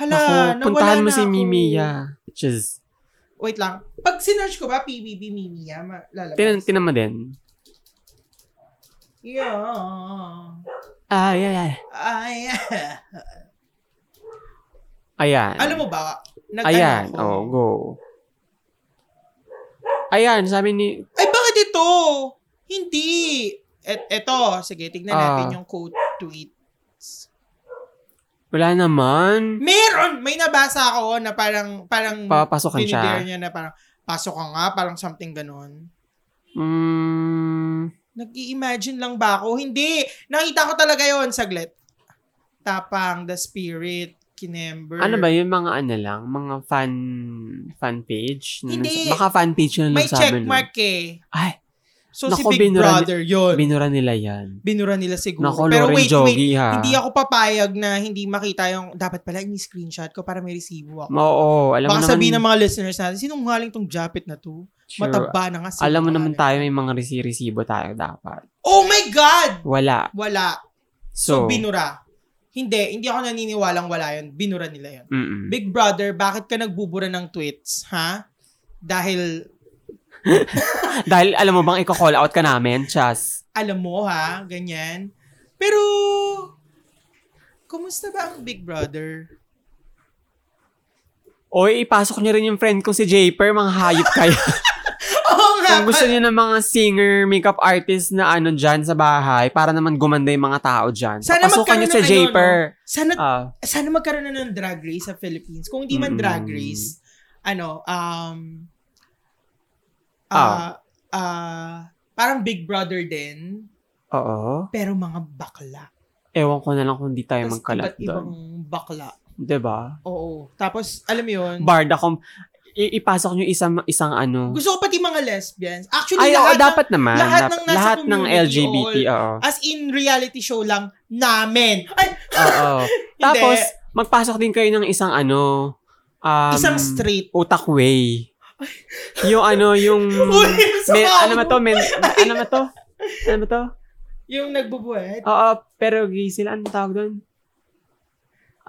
A: Hala,
B: Naku,
A: nawala
B: puntahan mo
A: na
B: si
A: ako.
B: Mimi, ya. Just,
A: Wait lang. Pag sinerge ko ba, PBB Mimi, ah, ma- lalabas.
B: tinan, tinan mo din.
A: yeah.
B: Ah, yeah, yeah.
A: Ay,
B: Ayan.
A: alam mo ba? Nag-
B: Ayan,
A: ano ako?
B: oh, go. Ayan, sabi ni,
A: Ay, bakit ito? Hindi. Et, eto, sige, tignan
B: Ah.
A: natin yung quote tweets.
B: Wala naman.
A: Meron! May nabasa ako na parang, parang,
B: Papasokan
A: dinidare
B: siya.
A: niya na parang, pasok ka nga, parang something ganun.
B: Mm,
A: Nag-i-imagine lang ba ako? Hindi! Nakita ko talaga yon saglit. Tapang, The Spirit, Kinember.
B: ano ba yun? Mga ano lang? Mga fan fan page? Na
A: Hindi.
B: Baka fan page yun
A: May
B: lang sabi
A: checkmark eh.
B: Ay,
A: So si
B: Naku,
A: Big
B: binura ni-
A: Brother, yun.
B: binura nila yan.
A: binura nila siguro.
B: Nako,
A: Pero
B: Lauren
A: wait, wait.
B: Jogi ha.
A: Hindi ako papayag na hindi makita yung, dapat pala ini-screenshot ko para may resibo ako.
B: Oo, alam mo
A: Baka
B: naman.
A: sabihin ng mga listeners natin, sinong galing tong japit na to?
B: Sure.
A: Mataba na nga. sino
B: Alam mo naman
A: pangalan.
B: tayo may mga resi- resibo tayo dapat.
A: Oh my God!
B: Wala.
A: Wala.
B: So,
A: Binura. Hindi, hindi ako naniniwalang wala yun. Binura nila yun.
B: mm-mm.
A: Big Brother, bakit ka nagbubura ng tweets, ha? Dahil,
B: Dahil alam mo bang i-call out ka namin, Chas?
A: alam mo ha, ganyan. Pero, kumusta ba ang Big Brother?
B: Oy, ipasok niyo rin yung friend kong si Japer, mga hayop kayo.
A: Oo nga.
B: Kung gusto niyo ng mga singer, makeup artist na ano dyan sa bahay, para naman gumanda yung mga tao dyan.
A: Sana
B: Papasukan niyo
A: magkaroon
B: si
A: ng ano,
B: Japer.
A: sana,
B: Ah,
A: sana magkaroon na ng drag race sa Philippines. Kung hindi man
B: Mm-mm.
A: drag race, ano, um,
B: Ah.
A: ah, ah, parang Big Brother din,
B: oo.
A: pero mga bakla.
B: Ewan ko na lang kung di tayo
A: Tapos
B: magkalat
A: iba't ibang
B: doon.
A: bakla.
B: Diba?
A: Oo. Tapos, alam mo yun,
B: Barda, kung i- ipasok niyo isang, isang ano.
A: gusto ko pati mga lesbians. Actually,
B: Ay, oo,
A: lahat, ng-
B: dapat naman.
A: lahat
B: Dap-
A: ng nasa
B: lahat ng
A: community,
B: LGBT, oo.
A: as in reality show lang, namin. Ay,
B: Oo. Tapos, magpasok din kayo ng isang ano, um,
A: isang straight.
B: utak way. Yung ano, yung,
A: Uy, sa
B: men- ano
A: bago.
B: ba to, men, ano ba to? Ano ba to?
A: Yung nagbubuhat.
B: Oo, pero gay sila, ano tawag doon?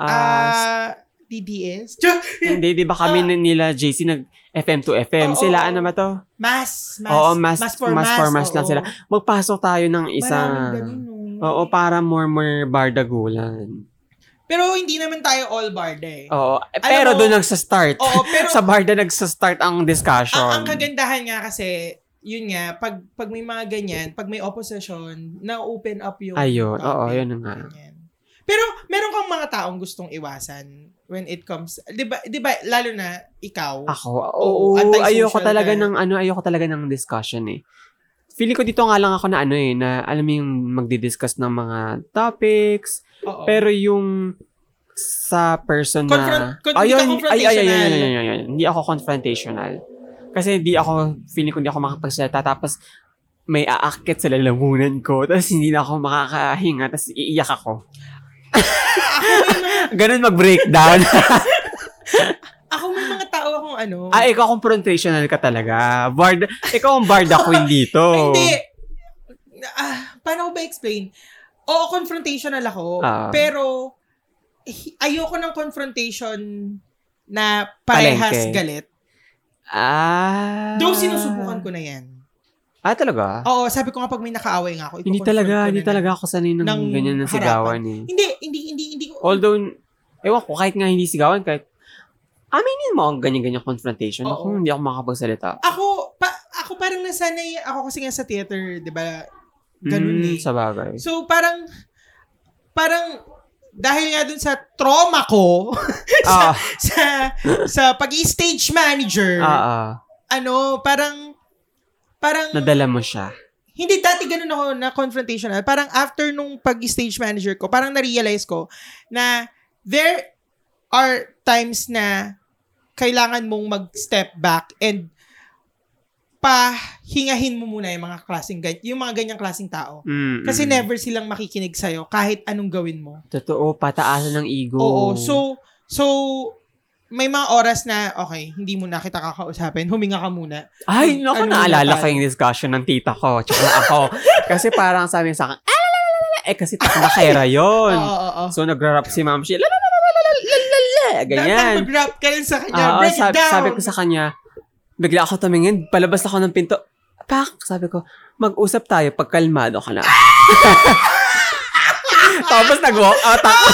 B: Ah,
A: Ah, DDS. Tiyo,
B: hindi, di ba kami
A: ah.
B: nila, JC, nag FM to FM,
A: Oo,
B: sila,
A: oo,
B: ano ba to?
A: Mas, mas.
B: Oo, mas- mas for mas lang
A: oo.
B: sila. Magpasok tayo ng
A: Maraming
B: isang,
A: ganun, no?
B: oo, para more more bardagulan.
A: Pero hindi naman tayo all barda eh.
B: Oo, eh,
A: Alam
B: pero
A: mo-
B: doon nagsastart.
A: Oo, pero Ah,
B: sa barda nagsa-start ang discussion.
A: ang, ang kagandahan nga kasi, yun nga, pag, pag may mga ganyan, pag may opposition, na-open up yung
B: Ayun,
A: topic.
B: oo, yun na nga.
A: Ganyan. Pero meron kang mga taong gustong iwasan when it comes, di ba, di ba lalo na ikaw,
B: Ako,
A: Oo,
B: oo,
A: antisocial
B: ayoko talaga
A: ka.
B: ng ano, ayoko talaga ng discussion eh. Feeling ko dito nga lang ako na ano eh, na alam mo yung magdi-discuss ng mga topics,
A: oo.
B: pero yung sa person na...
A: Confront- con- hindi ka confrontational.
B: Hindi ako confrontational. Kasi hindi ako, feeling ko hindi ako makapagsalita. Tapos, may aakit sa lalamunan ko. Tapos, hindi na ako makakahinga. Tapos, iiyak ako.
A: Ah,
B: Ganun mag-breakdown.
A: ako may mga tao akong ano,
B: Ah, ikaw confrontational ka talaga. Bard, ikaw ang barda queen dito.
A: Hindi. Ah, paano ko ba explain? Oo, confrontational ako.
B: Ah.
A: pero, hi- ayoko ng confrontation na parehas
B: Palengke.
A: galit.
B: Ah.
A: Though sinusubukan ko na yan.
B: Ah, talaga?
A: Oo, sabi ko nga pag may nakaaway nga ako,
B: hindi
A: ipoconfront ko
B: talaga,
A: na
B: hindi
A: na.
B: talaga ako sanay ng,
A: Ng
B: ganyan na
A: harapan.
B: sigawan eh.
A: Hindi, hindi, hindi, hindi ko.
B: Although, ewan ko, kahit nga hindi sigawan, kahit, aminin mo ang ganyan-ganyan confrontation.
A: Oo.
B: Ako, hindi ako makapagsalita.
A: Ako, pa, ako parang nasanay, ako kasi nga sa theater, di ba? Ganun
B: Mm,
A: eh.
B: Sa bagay.
A: So, parang, parang, dahil nga dun sa trauma ko,
B: Ah,
A: sa, sa pag-stage manager,
B: ah, ah.
A: ano, parang, parang,
B: Nadala mo siya.
A: hindi dati ganun ako na confrontational. Parang after nung pag-stage manager ko, parang na-realize ko na there are times na kailangan mong mag-step back and pahingahin mo muna yung mga klaseng, gan- yung mga ganyang klaseng tao.
B: Mm,
A: Kasi
B: mm.
A: never silang makikinig sa'yo kahit anong gawin mo.
B: Totoo, pataasan ng ego.
A: Oo. So, so, may mga oras na, okay, hindi mo na kita kakausapin, huminga ka muna.
B: Ay, naku,
A: Ano
B: naalala
A: nangyari?
B: ko yung discussion ng tita ko, tsaka ako. kasi parang sabi sa akin, "Ah, la, la, la, la, la." eh kasi takbakera
A: Oo,
B: yun.
A: oo, oo.
B: So nag-rap si ma'am, siya, la la la la la la la la la, ganyan.
A: Dapat mag-rap ka rin sa kanya.
B: Oo,
A: Break
B: sabi,
A: it down.
B: sabi ko sa kanya, bigla ako tumingin, palabas ako ng pinto, pak, sabi ko, mag-usap tayo pag kalmado ka na. Tapos nag-walk out ako.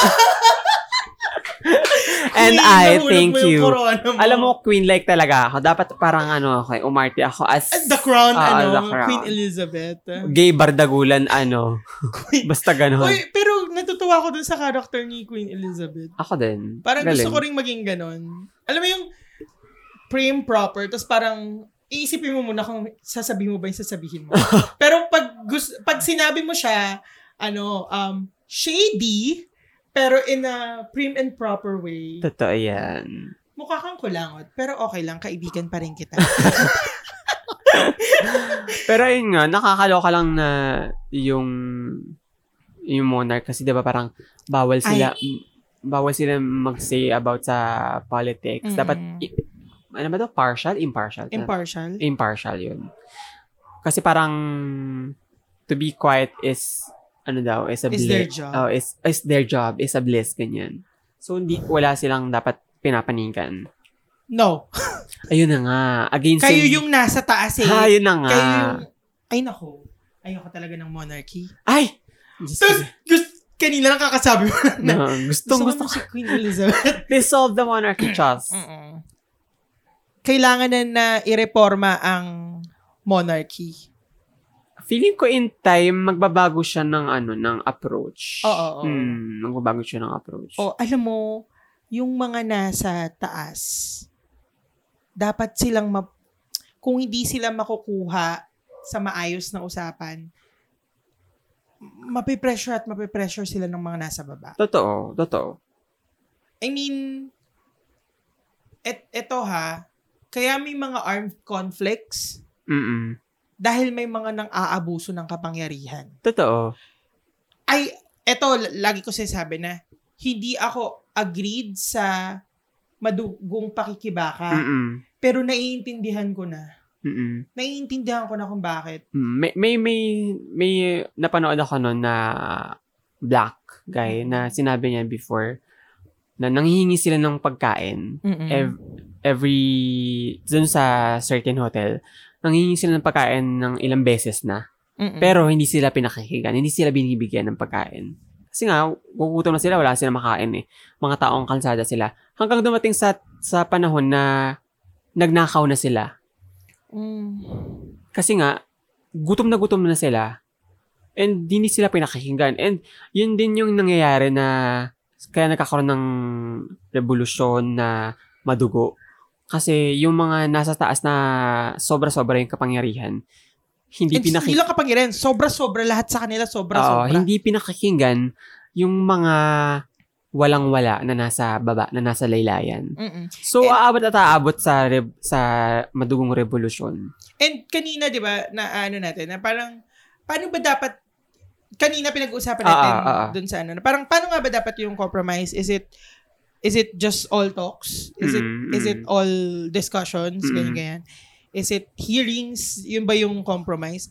B: And
A: Queen,
B: I
A: nahulog
B: thank
A: mo yung
B: you.
A: corona
B: Alam mo, queen-like talaga ako. Dapat parang ano ako, eh, umarte ako as
A: At the crown,
B: Ah,
A: ano,
B: the crown.
A: Queen Elizabeth.
B: gay bardagulan, ano. Basta ganun.
A: Uy, pero natutuwa ako dun sa character ni Queen Elizabeth.
B: Ako din.
A: Parang gusto
B: Galing.
A: ko rin maging ganon. Alam mo yung prim proper, tapos parang iisipin mo muna kung sasabihin mo ba yung sasabihin mo. pero pag, gusto, pag sinabi mo siya, ano, um, shady, pero in a prim and proper way,
B: Totoo yan.
A: mukha kang kulangot, pero okay lang, kaibigan pa rin kita.
B: Pero yun nga, nakakaloka lang na yung yung monarch kasi 'di ba parang bawal sila bawal sila mag-say about sa politics.
A: Mm.
B: Dapat i- ano ba 'to? Partial, impartial.
A: Impartial.
B: impartial 'yun. Kasi parang to be quiet is ano daw, is a
A: Is
B: bliss.
A: their job.
B: Oh, is is their job, is a bliss ganyan. So hindi wala silang dapat pinapanigan.
A: No.
B: Ayun na nga. Against
A: Kayo yung nasa taas eh.
B: Ha, yun na nga.
A: Kayo yung... Ay, nako. Ayoko talaga ng monarchy.
B: Ay! Diyos
A: Sus! Gusto, kanina lang kakasabi mo
B: Na,
A: na.
B: gustong gusto
A: ko na si Queen Elizabeth.
B: Dissolve the
A: Mm,
B: monarchy, Chas.
A: Kailangan na na ireforma ang monarchy.
B: Feeling ko in time, magbabago siya ng ano, ng approach.
A: Oo, Oh. oo.
B: Hmm, magbabago siya ng approach.
A: O, alam mo, yung mga nasa taas, dapat silang ma- kung hindi sila makukuha sa maayos na usapan, mapipressure at mapipressure sila ng mga nasa baba.
B: Totoo, totoo.
A: I mean, et, eto ha, kaya may mga armed conflicts
B: Mm-mm.
A: dahil may mga nang aabuso ng kapangyarihan.
B: Totoo.
A: Ay, eto, l- lagi ko sinasabi na, hindi ako agreed sa madugong pakikibaka,
B: Mm-mm.
A: pero naiintindihan ko na.
B: Mm-mm.
A: Naiintindihan ko na kung bakit.
B: Mm, May, may, may, may napanood ako noon na black guy
A: Mm.
B: na sinabi niya before na nanghihingi sila ng pagkain
A: Mm.
B: ev- every dun sa certain hotel. Nanghihingi sila ng pagkain ng ilang beses na.
A: Mm.
B: Pero hindi sila pinakikigan, hindi sila binibigyan ng pagkain. Kasi nga, gugutom na sila, wala silang makain eh. Mga taong kalsada sila. Hanggang dumating sa, sa panahon na nagnakaw na sila. Kasi nga, gutom na gutom na sila. And hindi sila pinakikinggan. And yun din yung nangyayari na kaya nagkakaroon ng revolusyon na madugo. Kasi yung mga nasa taas na sobra-sobra yung kapangyarihan, hindi
A: hindi
B: pinakik-
A: Hindi lang kapangyarihan, sobra-sobra lahat sa kanila,
B: Oo,
A: sobra-sobra.
B: hindi pinakikinggan yung mga walang-wala na nasa baba, na nasa laylayan.
A: Mm-mm.
B: So,
A: And-
B: aabot at aabot sa, re- sa madugong revolusyon.
A: And kanina, di ba, na ano natin, na parang, paano ba dapat, kanina pinag-uusapan
B: Ah,
A: natin
B: ah, ah.
A: dun sa ano, na parang, paano nga ba dapat yung compromise? Is it, is it just all talks? Is it,
B: Mm,
A: is it
B: mm.
A: all discussions?
B: Mm.
A: Ganyan, ganyan. Is it hearings? Yun ba yung compromise?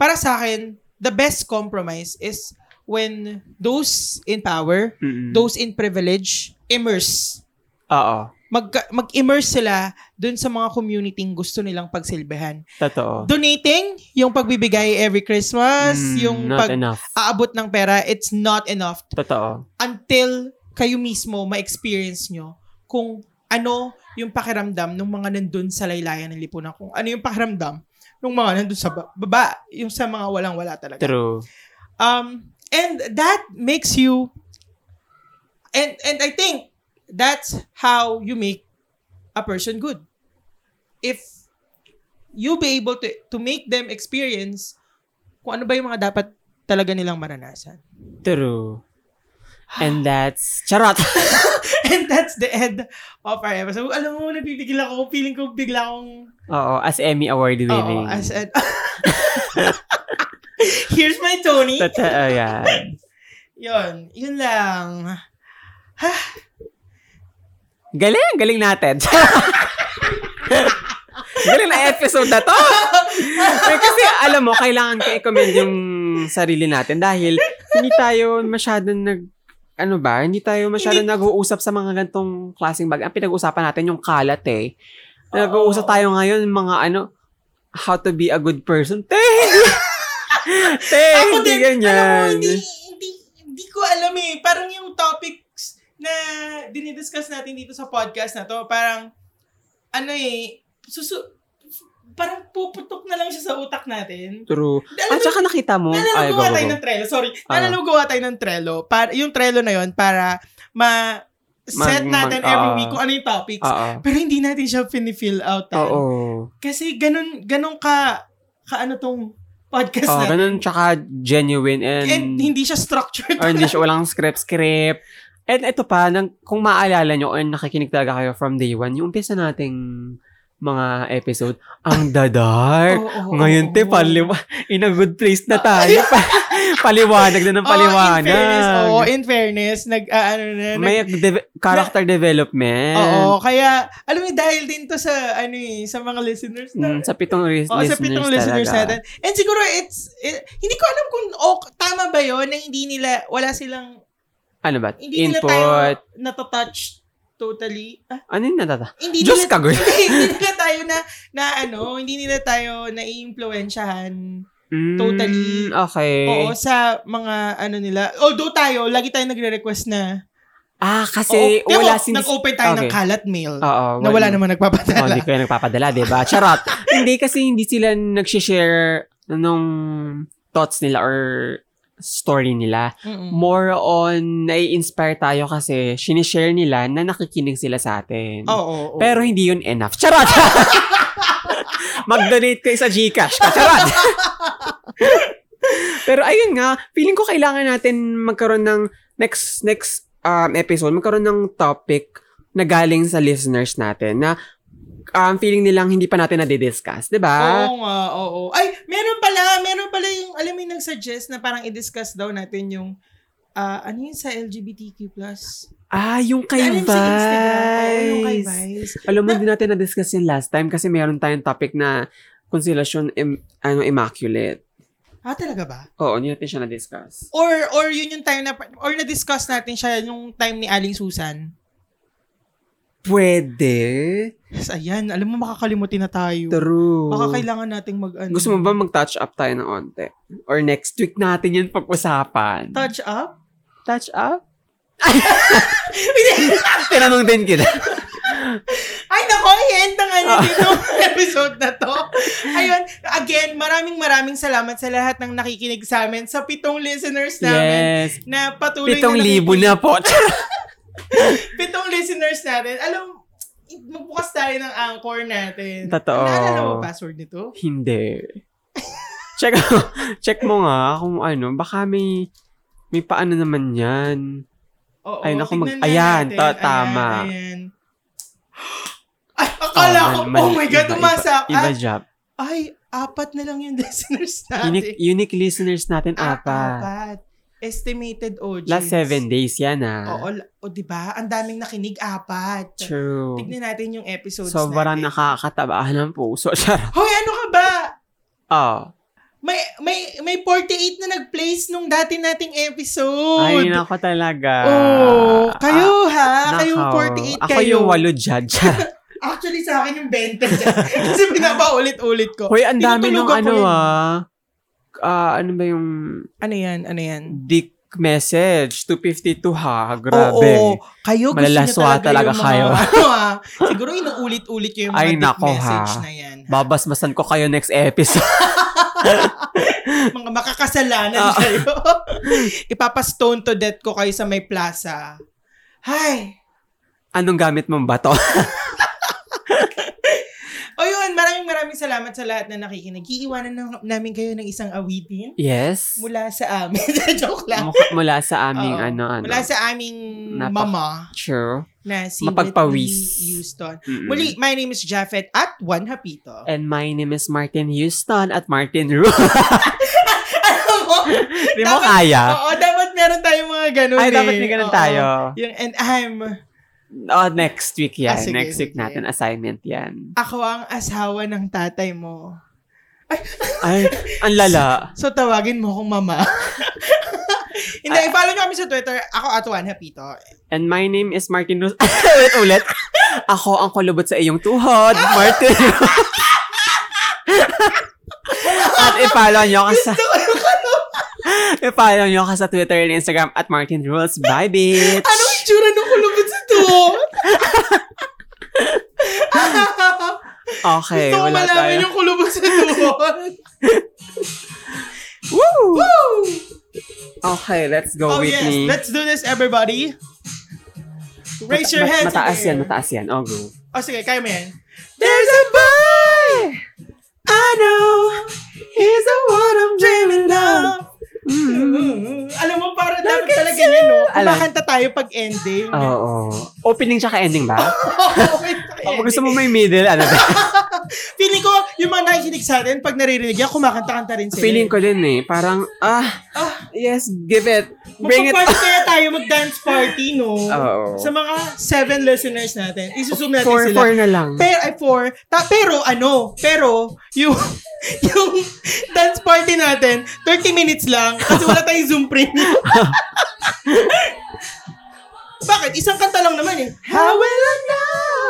A: Para sa akin, the best compromise is when those in power,
B: Mm-mm.
A: those in privilege, immerse
B: Oo,
A: mag, mag-immerse sila dun sa mga community gusto nilang pagsilbihan.
B: totoo.
A: Donating, yung pagbibigay every Christmas,
B: Mm,
A: yung
B: not
A: pag Ah.
B: enough.
A: aabot ng pera, it's not enough
B: Totoo.
A: until kayo mismo ma-experience nyo kung ano yung pakiramdam ng mga nandun sa laylayan ng lipunan. Kung ano yung pakiramdam ng mga nandun sa ba- baba, yung sa mga walang-wala talaga.
B: True.
A: Um, and that makes you, and and I think that's how you make a person good. If you be able to to make them experience kung ano ba yung mga dapat talaga nilang maranasan.
B: True. And that's... Charot!
A: And that's the end of our episode. Alam mo, nagpipigil ako. Feeling ko bigla akong,
B: Oo, as Emmy Award
A: oo,
B: winning.
A: as an, here's my Tony.
B: Totoo yan.
A: Yun, yun lang.
B: Galing, galing natin. galing na episode na to. Eh, kasi alam mo, kailangan ko i-commend yung sarili natin dahil hindi tayo masyadong nag ano ba, hindi tayo masyadong nag-uusap sa mga gantong klaseng bag. Ang pinag-uusapan natin yung kalat eh. Nag-uusap
A: Oo.
B: tayo ngayon mga ano, how to be a good person. Te, hindi. Te,
A: Ako
B: hindi
A: din, alam mo,
B: ganyan.
A: hindi, hindi, hindi ko alam eh. Parang yung topics na dinidiscuss natin dito sa podcast na to, parang, ano eh, susu- parang puputok na lang siya sa utak natin.
B: True.
A: Alam
B: At
A: mo,
B: saka nakita mo, ay, go,
A: Nalalago gawa
B: go,
A: tayo
B: go.
A: ng Trello. Sorry.
B: Ah.
A: Nalalago gawa tayo ng Trello. Para, yung Trello na yon para ma set
B: Mag-
A: natin
B: mag-
A: every
B: ah.
A: week kung ano yung topics.
B: Oo.
A: Pero hindi natin siya finifill out. ah.
B: Oo.
A: Kasi ganun, ganun ka, ka ano tong podcast
B: Oo,
A: na.
B: Oh, ganun, tsaka genuine and,
A: And hindi siya structured.
B: or hindi siya walang script-script. And ito pa, nang, kung maaalala nyo or nakikinig talaga kayo from day one, yung umpisa nating mga episode, ang dadark.
A: Oo, oo,
B: Ngayon,
A: oo,
B: te,
A: Oh, oo.
B: paliwa, in a good place na tayo. Pa- paliwanag na ng
A: Oo, Oh, in fairness,
B: paliwanag.
A: oo, in fairness, nag, ah, ano na, nag-
B: May deve- character development.
A: Oo, kaya, alam mo, dahil din to sa, ano eh, sa mga listeners na,
B: Mm, sa pitong ris-
A: Oo,
B: listeners
A: sa pitong listeners
B: talaga.
A: natin. And siguro, it's, eh, hindi ko alam kung ok, tama ba yon na hindi nila, wala silang,
B: Ano ba?
A: hindi nila
B: Input.
A: tayo natatouch totally. Ah,
B: Ano yung natata?
A: hindi
B: Diyos
A: nila,
B: ka, girl.
A: hindi nila tayo na, na ano, hindi nila tayo na-iimpluensyahan
B: Mm,
A: Totally.
B: Okay.
A: Oo, sa mga ano nila. Although tayo, lagi tayo nagre-request na.
B: Ah, kasi
A: Oo,
B: wala
A: pero
B: sinis...
A: Nag-open tayo
B: Okay. Ah,
A: ng kalat mail.
B: Oo.
A: na wala namang
B: Oh,
A: nagpapadala.
B: hindi kayo nagpapadala, di ba? Charot. hindi kasi hindi sila nagsishare nung thoughts nila or story nila.
A: Mm-mm.
B: More on, nai-inspire tayo kasi sinishare nila na nakikinig sila sa atin.
A: Oo, oo, oo.
B: Pero hindi yun enough. Charot! Mag-donate kayo sa Gcash. ka. Charot! Pero ayun nga, feeling ko kailangan natin magkaroon ng next next um, episode, magkaroon ng topic na galing sa listeners natin na um, feeling nilang hindi pa natin na-discuss, di ba?
A: Oo nga, oo. Ay, meron pala, meron pala yung, alam mo yung nagsuggest na parang i-discuss daw natin yung, ah, ano yun sa LGBTQ+.
B: Ah, yung kay
A: Ano yun sa Instagram? Oo, yung kay
B: Vice.
A: Vice.
B: Alam mo, hindi natin na-discuss yun last time kasi meron tayong topic na constellation im- ano, immaculate.
A: Ah, talaga ba?
B: Oo, hindi natin siya na-discuss.
A: Or, or yun yung time na, or na-discuss natin siya yung time ni Aling Susan.
B: Pwede.
A: Yes, ayan, alam mo, makakalimutin na tayo.
B: True.
A: Baka kailangan nating mag, ano,
B: Gusto mo ba mag-touch up tayo ng onte? Or next week natin yun pag-usapan?
A: touch up?
B: touch up? Tinanong din kita.
A: Ay, nako, i-end na nga natin yung episode na to. Ayun, again, maraming maraming salamat sa lahat ng nakikinig sa amin, sa pitong listeners namin
B: Yes.
A: na patuloy
B: Pitong
A: na
B: libo
A: nakikinig.
B: na po.
A: Pitong listeners natin. Alam, magbukas tayo ng anchor natin.
B: Totoo.
A: Naalala mo password nito?
B: Hindi. check, check mo nga kung ano. Baka may, may paano naman yan.
A: Oo,
B: Ay, naku, mag-
A: tignan nga
B: ayan,
A: natin.
B: ta- tama.
A: Ayan, ayan. Ay, akala ko,
B: mali-
A: oh my God,
B: iba,
A: umasak.
B: Iba, iba
A: Ah,
B: job.
A: Ay, apat na lang yung listeners natin.
B: Unique, unique listeners natin,
A: Ah,
B: apa.
A: apat. Estimated audience.
B: Last seven days yan
A: Oo,
B: ah.
A: la- o di ba? Ang daming nakinig, apat.
B: True.
A: Tignan natin yung episodes
B: Sobrang
A: natin.
B: nakakatabahan ng puso. Charot.
A: Hoy, ano ka ba?
B: Oh.
A: May may may 48 na nag-place nung dati nating episode.
B: Ay, nako talaga.
A: Oh, kayo ha,
B: Ah,
A: kayo
B: nako.
A: 48
B: Ako
A: kayo.
B: yung walo judge.
A: Actually sa akin yung 20. Kasi pinapaulit-ulit ko.
B: Hoy, ang dami ng
A: Tinutulugan ko
B: ano
A: yun.
B: ah. Ah, ano ba yung
A: Ano yan? Ano yan?
B: dick message? 252 ha? Grabe.
A: Oo, kayo gusto niyo
B: Malalaswa
A: talaga, yung
B: talaga kayo.
A: mga, ano ah, siguro inuulit-ulit niyo yung mga
B: Ay,
A: dick
B: nako,
A: message
B: ha.
A: na yan.
B: Babasmasan ko kayo next episode.
A: mga makakasalanan
B: Ah.
A: kayo. Ipapastone to death ko kayo sa may plaza. Hay!
B: Anong gamit mong bato?
A: O yun, maraming maraming salamat sa lahat na nakikinig. Iiwanan na- namin kayo ng isang awitin
B: yes.
A: mula sa amin. Joke lang.
B: Mukha- mula sa aming
A: Oo.
B: ano, ano.
A: Mula sa aming
B: Napak-
A: mama
B: True.
A: na si
B: Mapagpawis. Mm.
A: Whitney Houston.
B: Mm-mm.
A: Muli, my name is Japheth at Juan Hapito.
B: And my name is Martin Houston at Martin Roo. Ah.
A: Alam mo?
B: Di mo
A: Dapat-
B: kaya?
A: Oo, dapat meron tayong mga ganun
B: Ay,
A: eh.
B: dapat may ganun
A: Oo.
B: tayo.
A: Yung, and I'm,
B: Oh, next week yan.
A: Ah, sige,
B: next week
A: sige.
B: natin assignment yan.
A: ako ang asawa ng tatay mo.
B: Ay, ang lala.
A: So, tawagin mo akong mama. Ah. Hindi, follow nyo kami sa Twitter. Ako at Juan Hapito.
B: And my name is Martin Rus. ulit, ulit. Ako ang kulubot sa iyong tuhod, Martin Rus. At i-follow nyo ka sa...
A: Ano,
B: i-follow nyo ka sa Twitter and Instagram at Martin Rules. Bye, bitch!
A: Anong itsura ng kulubot sa to?
B: Okay,
A: Gusto ko
B: wala
A: malaman
B: tayo.
A: yung kulubot sa doon.
B: Woo!
A: Woo!
B: Okay, let's go,
A: Oh, yes.
B: Whitney.
A: Let's do this, everybody. Raise
B: Ma-
A: your hands. in the
B: Mataas yan,
A: air.
B: mataas yan. Oh, go.
A: Oh, sige, kaya mo yan.
B: There's a boy I know He's the one I'm dreaming of
A: Mm. Alam mo, parang dapat
B: Look at
A: talaga
B: you!
A: yun,
B: Alam.
A: no?
B: Oh.
A: Kumakanta tayo pag ending. Oh,
B: Oo. Opening tsaka ending ba?
A: Okay,
B: Pag gusto mo may middle, ano ba?
A: Feeling ko, yung mga nakikinig sa atin, pag naririnig yan, kumakanta-kanta rin sila.
B: Feeling ko din eh. Parang, ah,
A: Ah.
B: yes, give it. Bring it.
A: Magpa-party kaya tayo, mag-dance party, no?
B: Oo.
A: Sa mga seven listeners natin, isusum natin
B: Four,
A: sila.
B: four na lang.
A: Pero, ay, four. Ta- pero, ano, pero, yung, yung dance party natin, 30 minutes lang, kasi wala tayong Zoom premium. Bakit? Isang kanta lang naman eh. How will I know?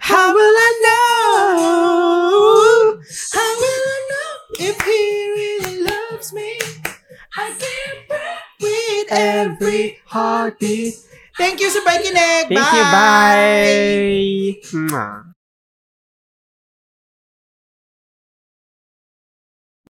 A: How will I know? How will I know if he really loves me? I can't break with every
B: heartbeat.
A: Thank you sa pakikinig.
B: Thank you, bye! Mwah.